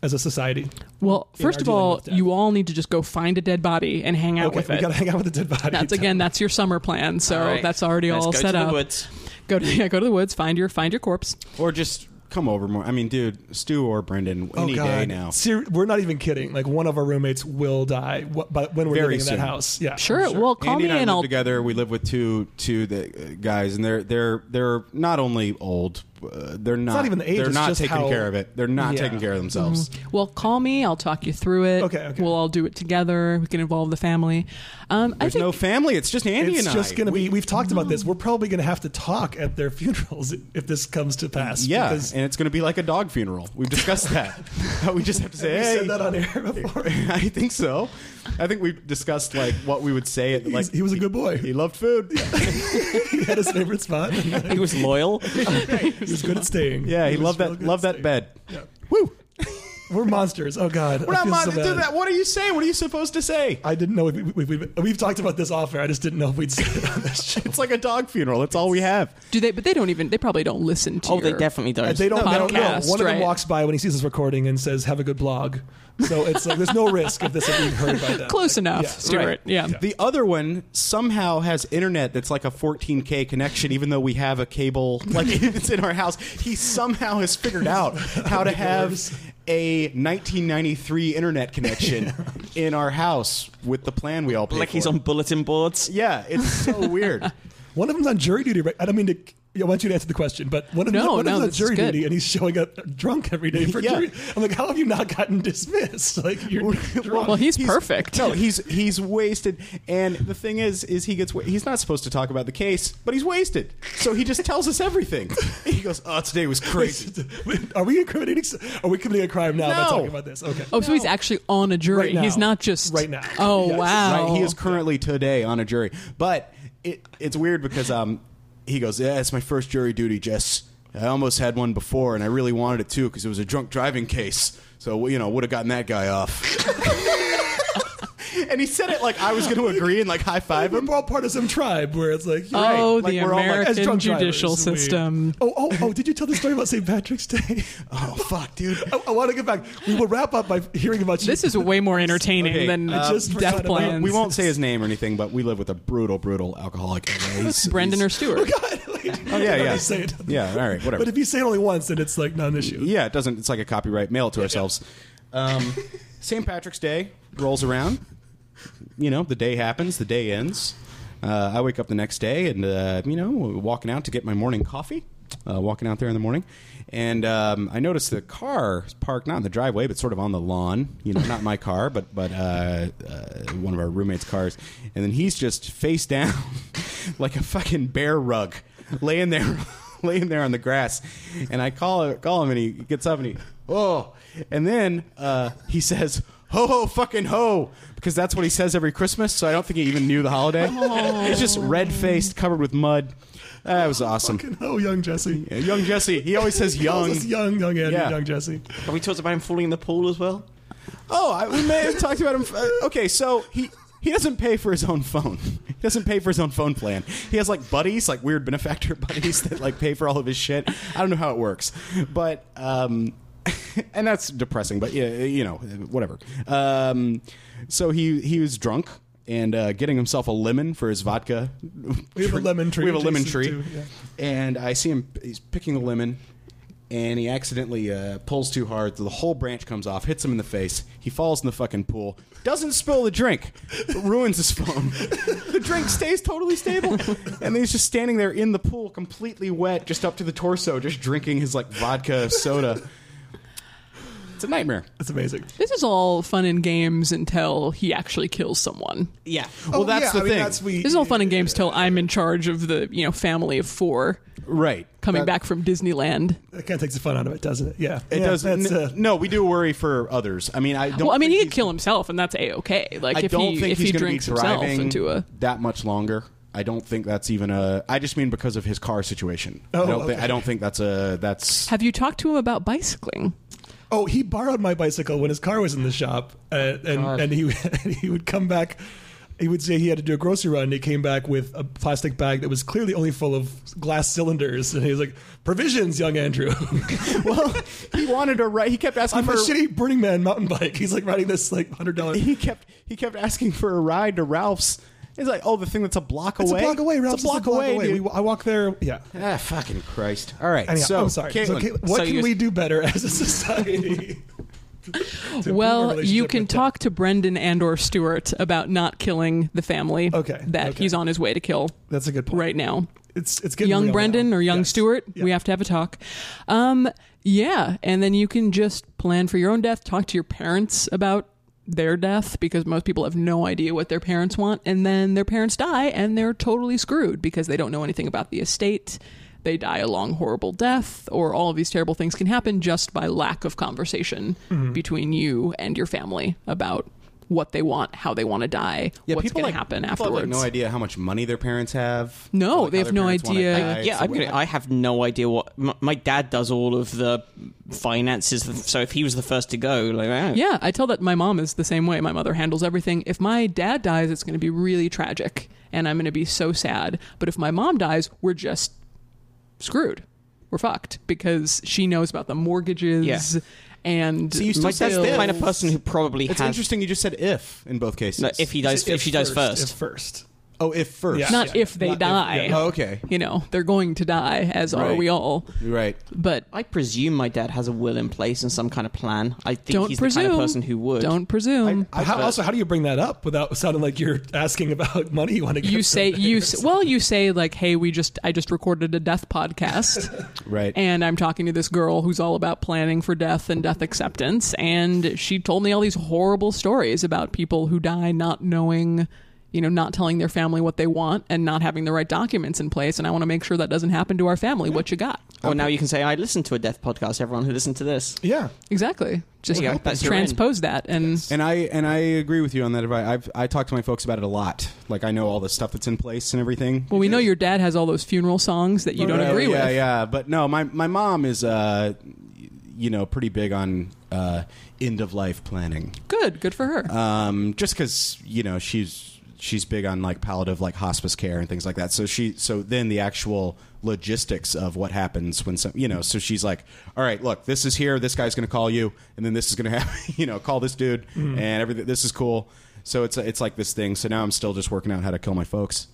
as a society
Well,
In
first
our
of
dealing
all,
with death.
you all need to just go find a dead body and hang out
okay
with
we
it.
gotta hang out with the dead body
That's again, that's your summer plan. So
All right.
that's already
Let's
all
go
set
to
up.
The woods.
Go to yeah, go to the woods. Find your find your corpse.
or just come over more. I mean, dude, Stu or Brendan,
Oh
any
God!
day now.
Ser- we're not even kidding. Like one of our roommates will die wh- but when we're
Very
living in
soon.
that house. Yeah,
Sure.
I'm
Well, call
Andy
me
and I live
I'll
together. We live with two two the, uh, guys, and they're they're they're not only old, uh, they're not,
not even the age,
They're
it's
not
just
taking
how-
care of it. They're not
Yeah. Mm-hmm.
taking care of themselves.
Well, call me. I'll talk you through it.
Okay, okay.
We'll all do it together. We can involve the family. Um, I
There's
think
no family. It's just Andy
It's
and
just
I.
going to be. We've talked about this. We're probably going to have to talk at their *laughs* funerals if this comes to pass.
yeah,
because
and it's going to be like a dog funeral. We've discussed that. *laughs* How we just have to say,
we
hey,
said that on air *laughs* before.
*laughs* I think so. I think we discussed like what we would say. At, like
he was a good boy.
He loved food.
*laughs* he had his favorite *laughs* spot. And
He was loyal.
he was good at staying.
Yeah, he,
was
loved
real
that.
good
Loved
at
that
staying.
bed. Woo!
We're monsters. Oh God,
We're not
I feel
allowed
so
to do
bad.
that. What do you say? What are you supposed to
*laughs*
say?
I didn't know. If we, we, we, we've talked about this off air. I just didn't know if we'd said it on this show.
It's like a dog funeral. That's all we have.
do they? But they don't even. They probably don't listen to.
Oh, they
your-
definitely don't.
They don't, they don't know.
podcast,
One of them
right.
walks by when he sees this recording and says, "Have a good blog." So it's like there's no risk of this being heard by them.
Close enough,
Yeah,
Stuart.
right.
Yeah.
The other one somehow has internet that's like a 14k connection, even though we *laughs* have a cable like it's in our house. He somehow has figured out how to have a 1993
*laughs*
internet connection in our house with the plan we all paid
Like he's
for.
on bulletin boards.
Yeah, it's so
*laughs*
weird. *laughs*
One of them's on jury duty. Right? I don't mean to. I want you to answer the question, but one of them's,
No,
one of
no,
them's on
this is
jury
good.
duty, and he's showing up drunk every day
*laughs*
for
Yeah.
jury. I'm like, how have you not gotten dismissed? *laughs* Like you're drunk. *laughs*
Well, he's, perfect.
No, he's he's wasted. And the thing is, is he gets wa- he's not supposed to talk about the case, but he's wasted. So he just tells us
*laughs*
everything. He goes, "Oh, today was crazy."
Are we incriminating? Are we committing a crime now by
No.
talking about this? Okay.
oh, so he's actually on a jury.
Right now.
He's not just
Right now.
Oh
Yes.
wow.
Right? He is currently today on a jury, but it it's weird because um he goes, "Yeah, it's my first jury duty, Jess. I almost had one before, and I really wanted it too because it was a drunk driving case. So you know, would have gotten that guy off." *laughs* And he said it like I was going to agree and like high five him.
We're all part of some tribe where it's like, you're
Oh,
Like,
the
we're all, like,
American
as drunk drivers,
judicial
we-
system.
Oh, oh, oh! Did you tell the story about St.
*laughs*
Patrick's Day?
Oh fuck, dude.
*laughs* I, I want to get back. We will wrap up by hearing about you.
This is way more entertaining
Okay,
than
uh,
just forgot
death
about- we-
plans.
We won't say his name or anything, but we live with a brutal, brutal alcoholic. He's-
Brendan or
he's-
Stewart.
Oh yeah, yeah.
Say it.
Yeah, all right, whatever.
But if you say it only once, then it's like not an issue.
yeah, it doesn't. It's like a copyright mail to ourselves. Um, St. Patrick's Day rolls around. You know, the day happens, the day ends. Uh, I wake up the next day and, uh, you know, walking out to get my morning coffee, uh, walking out there in the morning. And um, I notice the car is parked not in the driveway, but sort of on the lawn. You know, not my *laughs* car, but but uh, uh, one of our roommates' cars. And then he's just face down, *laughs* like a fucking bear rug, *laughs* laying there laying there on the grass, and I call call him, and he gets up and he oh, and then uh, he says ho ho fucking ho because that's what he says every Christmas. So I don't think he even knew the holiday. It's just red faced, covered with mud. That was awesome.
Fucking oh, young Jesse.
Yeah, young Jesse, he always says young.
This is young, young Andy,
Yeah.
young Jesse.
Have we talked about him falling in the pool as well?
Oh, I, we may have talked about him. uh, okay, so he. He doesn't pay for his own phone. *laughs* He doesn't pay for his own phone plan. He has like buddies, like weird benefactor *laughs* buddies that like pay for all of his shit. I don't know how it works, but um, *laughs* and that's depressing. But yeah, you know, whatever. Um, so he he was drunk and uh, getting himself a lemon for his vodka.
We have a lemon tree.
We have a lemon
adjacent
tree,
to- yeah.
and I see him. He's picking a lemon, and he accidentally uh, pulls too hard. The whole branch comes off, hits him in the face. He falls in the fucking pool. Doesn't spill the drink, but ruins his phone. *laughs* the drink stays totally stable, and he's just standing there in the pool, completely wet, just up to the torso, just drinking his like vodka soda. It's a nightmare.
That's amazing.
This is all fun and games until he actually kills someone.
Yeah.
Well,
Oh,
that's
yeah,
the
I mean,
thing,
that's we-
This is all fun and games till I'm in charge of the you know family of four
right?
coming
That-
back from Disneyland.
That kind of takes the fun out of it, doesn't it? Yeah.
It
yeah,
does.
That's,
n-
uh,
no, we do worry for others. I mean, I don't.
Well, I mean,
think
he
he's-
could kill himself, and that's a okay. Like
I
if
don't
he
think
if
he's
he
gonna
drinks
be
himself
driving
into a
that much longer. I don't think that's even a. I just mean because of his car situation.
Oh,
I don't think.
okay.
I don't think that's a. That's.
Have you talked to him about bicycling?
Oh, he borrowed my bicycle when his car was in the shop, uh, and and he *laughs* and he would come back. He would say he had to do a grocery run. And he came back with a plastic bag that was clearly only full of glass cylinders, and he was like, "Provisions, young Andrew."
*laughs*
*laughs*
well, *laughs* he wanted to ride. He kept asking
On my
for.
shitty Burning Man mountain bike, he's like riding this like hundred dollar.
*laughs* He kept. He kept asking for a ride to Ralph's. It's like, oh, the thing that's a block
It's a
away.
block away, Ralph.
It's a block, away. dude.
We- I walk there. Yeah.
ah, fucking Christ! All right,
Anyhow,
so
I'm sorry. So,
Caitlin,
Caitlin, what
So
can
you-
we do better as
*laughs*
a society? To improve our
Well, you
relationship
can
with
talk to Brendan and or Stewart about not killing the family
Okay,
that
okay.
he's on his way to kill
them. That's a good point.
right now.
It's it's getting
Young
real
Brendan
now.
or young
Yes.
Stewart,
Yeah.
we have to have a talk. Um, yeah, and then you can just plan for your own death, talk to your parents about their death because most people have no idea what their parents want and then their parents die and they're totally screwed because they don't know anything about the estate. They die a long horrible death or all of these terrible things can happen just by lack of conversation
Mm-hmm.
between you and your family about what they want, how they want to die,
yeah,
what's
people
going
like,
to happen
people have,
afterwards.
like, no idea how much money their parents have.
No,
or, like,
they
how
have
their
no
parents wanna
idea.
die.
yeah,
So
I'm
what-
gonna, I have no idea what my, my dad does. All of the finances, so if he was the first to go, like ah.
Yeah, I tell that my mom is the same way. My mother handles everything. If my dad dies, it's going to be really tragic and I'm going to be so sad. But if my mom dies, we're just screwed. We're fucked because she knows about the mortgages
Yeah.
and
So you still
my
said
dad's the
if.
kind of person who probably
It's
has.
interesting. You just said if in both cases.
No, if he dies,
If
if she dies
if
first,
first.
Oh, if first.
Yeah.
Not if they
Not if-
die.
yeah.
Oh, okay.
You know, they're going to die, as are
Right.
we all.
You're right.
But
I presume my dad has a will in place and some kind of plan. I think
don't
he's
presume.
the kind of person who would.
Don't presume.
But how, also, how do you bring that up without sounding like you're asking about money you want to? Get
you
from
say
it?
you
*laughs*
s- well you say like hey we just i just recorded a death podcast
Right.
and i'm talking to this girl who's all about planning for death and death acceptance and she told me all these horrible stories about people who die not knowing you know not telling their family what they want and not having the right documents in place and i want to make sure that doesn't happen to our family what you got
Or now you can say, I listened to a death podcast. Everyone who listened to this.
yeah.
exactly just
you go. That's your
transpose that and
and I and I agree with you on that. advice. I've I talk to my folks about it a lot. Like I know all the stuff that's in place and everything.
well we know your dad has all those funeral songs that you don't
Yeah,
agree
yeah,
with
Yeah, But no, my my mom is uh, y- you know, pretty big on uh, end of life planning.
good good for her
Um, just because you know she's she's big on like palliative like hospice care and things like that. So she so then the actual logistics of what happens when some you know so she's like all right look this is here this guy's going to call you and then this is going to *laughs* happen you know call this dude
Mm-hmm.
and everything this is cool so it's it's like this thing so now i'm still just working out how to kill my
*laughs*
folks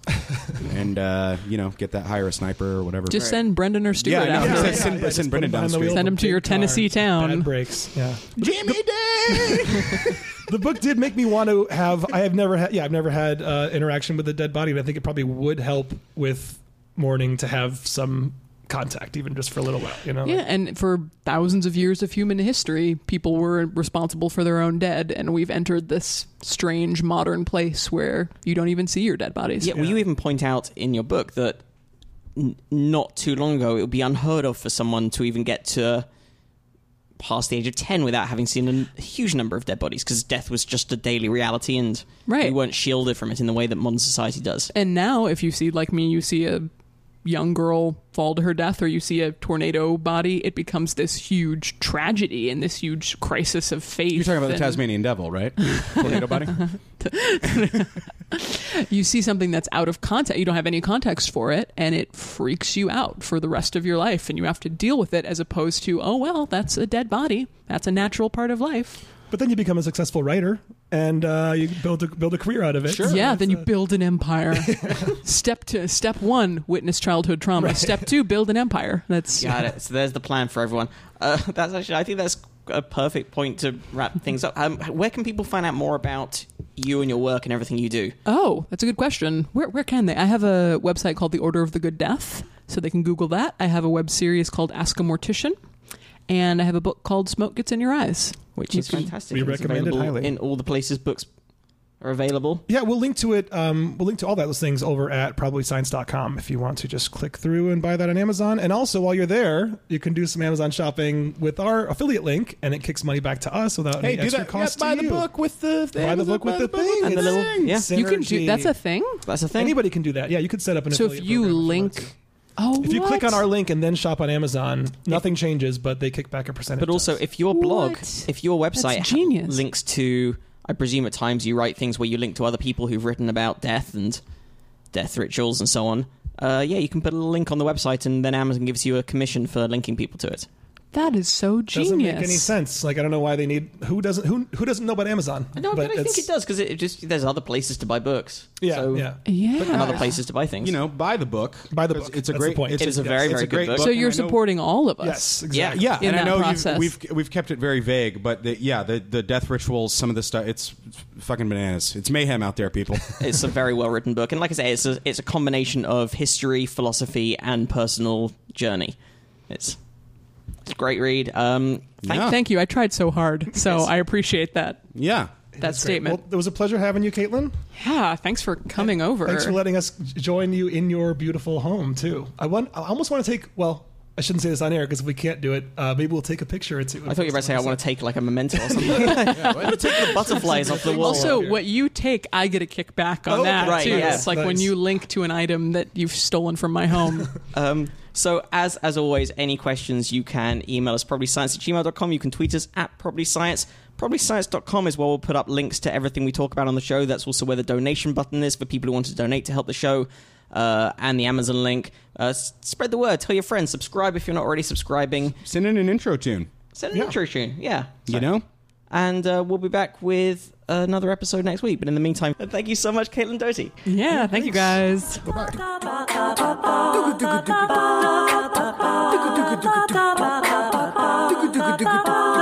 and uh you know get that hire a sniper or whatever
just send brendan or
yeah,
stewart
I know.
out
Yeah,
there.
send- send
just put
Brendan
him behind
down
the
the street.
wheel of
Send
a
him to
big
your
car.
Tennessee town.
Bad breaks. Yeah.
Jimmy Day.
The book did make me want to have. I have never had. Yeah, I've never had uh, interaction with a dead body, but I think it probably would help with mourning to have some contact, even just for a little while. You know.
Yeah, and for thousands of years of human history, people were responsible for their own dead, and we've entered this strange modern place where you don't even see your dead bodies.
Yeah, well, you even point out in your book that n- not too long ago it would be unheard of for someone to even get to past the age of 10 without having seen a n- huge number of dead bodies because death was just a daily reality and
Right.
we weren't shielded from it in the way that modern society does.
And now, if you see, like me, you see a young girl fall to her death or you see a tornado body, it becomes this huge tragedy and this huge crisis of faith.
You're talking about the
and
Tasmanian devil, right?
*laughs*
Tornado body.
You see something that's out of context, you don't have any context for it, and it freaks you out for the rest of your life, and you have to deal with it as opposed to, oh, well, that's a dead body, that's a natural part of life.
But then you become a successful writer, and uh, you build a, build a career out of it.
Yeah, then you build an empire. step to step one, witness childhood trauma. Step two, build an empire. That's
*laughs* Got it. So there's the plan for everyone. Uh, *laughs* that's actually, I think that's a perfect point to wrap things up. Um, where can people find out more about you and your work and everything you do?
Oh, that's a good question. Where where can they? I have a website called The Order of the Good Death, so they can Google that. I have a web series called Ask a Mortician, and I have a book called Smoke Gets in Your Eyes.
Which
You
is
can-
fantastic.
we
It's
recommend it
available
highly.
In all the places books are available.
Yeah, we'll link to it. Um, we'll link to all those things over at probablyscience.com if you want to just click through and buy that on Amazon. And also, while you're there, you can do some Amazon shopping with our affiliate link, and it kicks money back to us without
Hey,
any
do
extra
that. Yeah,
cost. to
buy the
you.
book with the thing.
Buy the book with the thing.
And the
It's-
little- yeah.
You can do
Synergy.
that's a thing.
That's the thing.
Anybody can do that. Yeah, you could set up an.
So if
affiliate
you
program want
link,
to.
oh,
If you click
what?
on our link and then shop on Amazon, nothing changes, but they kick back a percentage.
But
to
also,
us.
if your blog,
What?
if your website
That's
ha-
genius.
links to, I presume at times you write things where you link to other people who've written about death and death rituals and so on. Uh, yeah, you can put a link on the website, and then Amazon gives you a commission for linking people to it.
that is so genius.
doesn't make any sense. Like I don't know why they need who doesn't who who doesn't know about Amazon.
No, but, I
it's-
think it does because it just there's other places to buy books.
Yeah,
so,
yeah.
Yeah.
and other places to buy things.
You
*laughs*
know, buy the book.
Buy the
'Cause
book.
It's a
That's
great.
the point.
It's
It
a,
is a very,
it's
very
a great
good book.
so
and I
you're
know-
supporting all of us.
Yes, exactly.
Yeah,
Yeah,
in
and I
that
know
process.
You've, we've we've kept it very vague, but the, yeah, the the death rituals, some of the stuff, it's fucking bananas. It's mayhem out there,
*laughs*
people.
it's a very well written book, and like I say, it's a it's a combination of history, philosophy, and personal journey. It's it's a great read. Um, thank
Yeah.
Thank you. I tried so
*laughs*
hard, so I appreciate that
yeah,
that
Great.
statement.
Well, it was a pleasure having you, Caitlin.
yeah, thanks for coming over.
Thanks for letting us j- join you in your beautiful home too. I want. I almost want to take. Well, I shouldn't say this on air because if we can't do it, uh, maybe we'll take a picture or two.
I thought you were about to say I want to take like a memento or *laughs* something. I want to *laughs* take the butterflies off the wall.
also, what you take, I get a kickback on
Oh,
that
right,
too.
yeah.
It's like when
Nice.
you link to an item that you've stolen from my
*laughs*
home.
um, so as as always, any questions you can email us probably science at gmail.com. You can tweet us at probably science. Probablyscience.com is where we'll put up links to everything we talk about on the show. That's also where the donation button is for people who want to donate to help the show, uh, and the Amazon link. Uh, s- spread the word. Tell your friends. Subscribe if you're not already subscribing.
send in an intro tune.
Send an
Yeah.
intro tune. Yeah.
You know,
And uh, we'll be back with another episode next week. But in the meantime, thank you so much, Caitlin Doty.
Yeah, thank you guys.
Bye.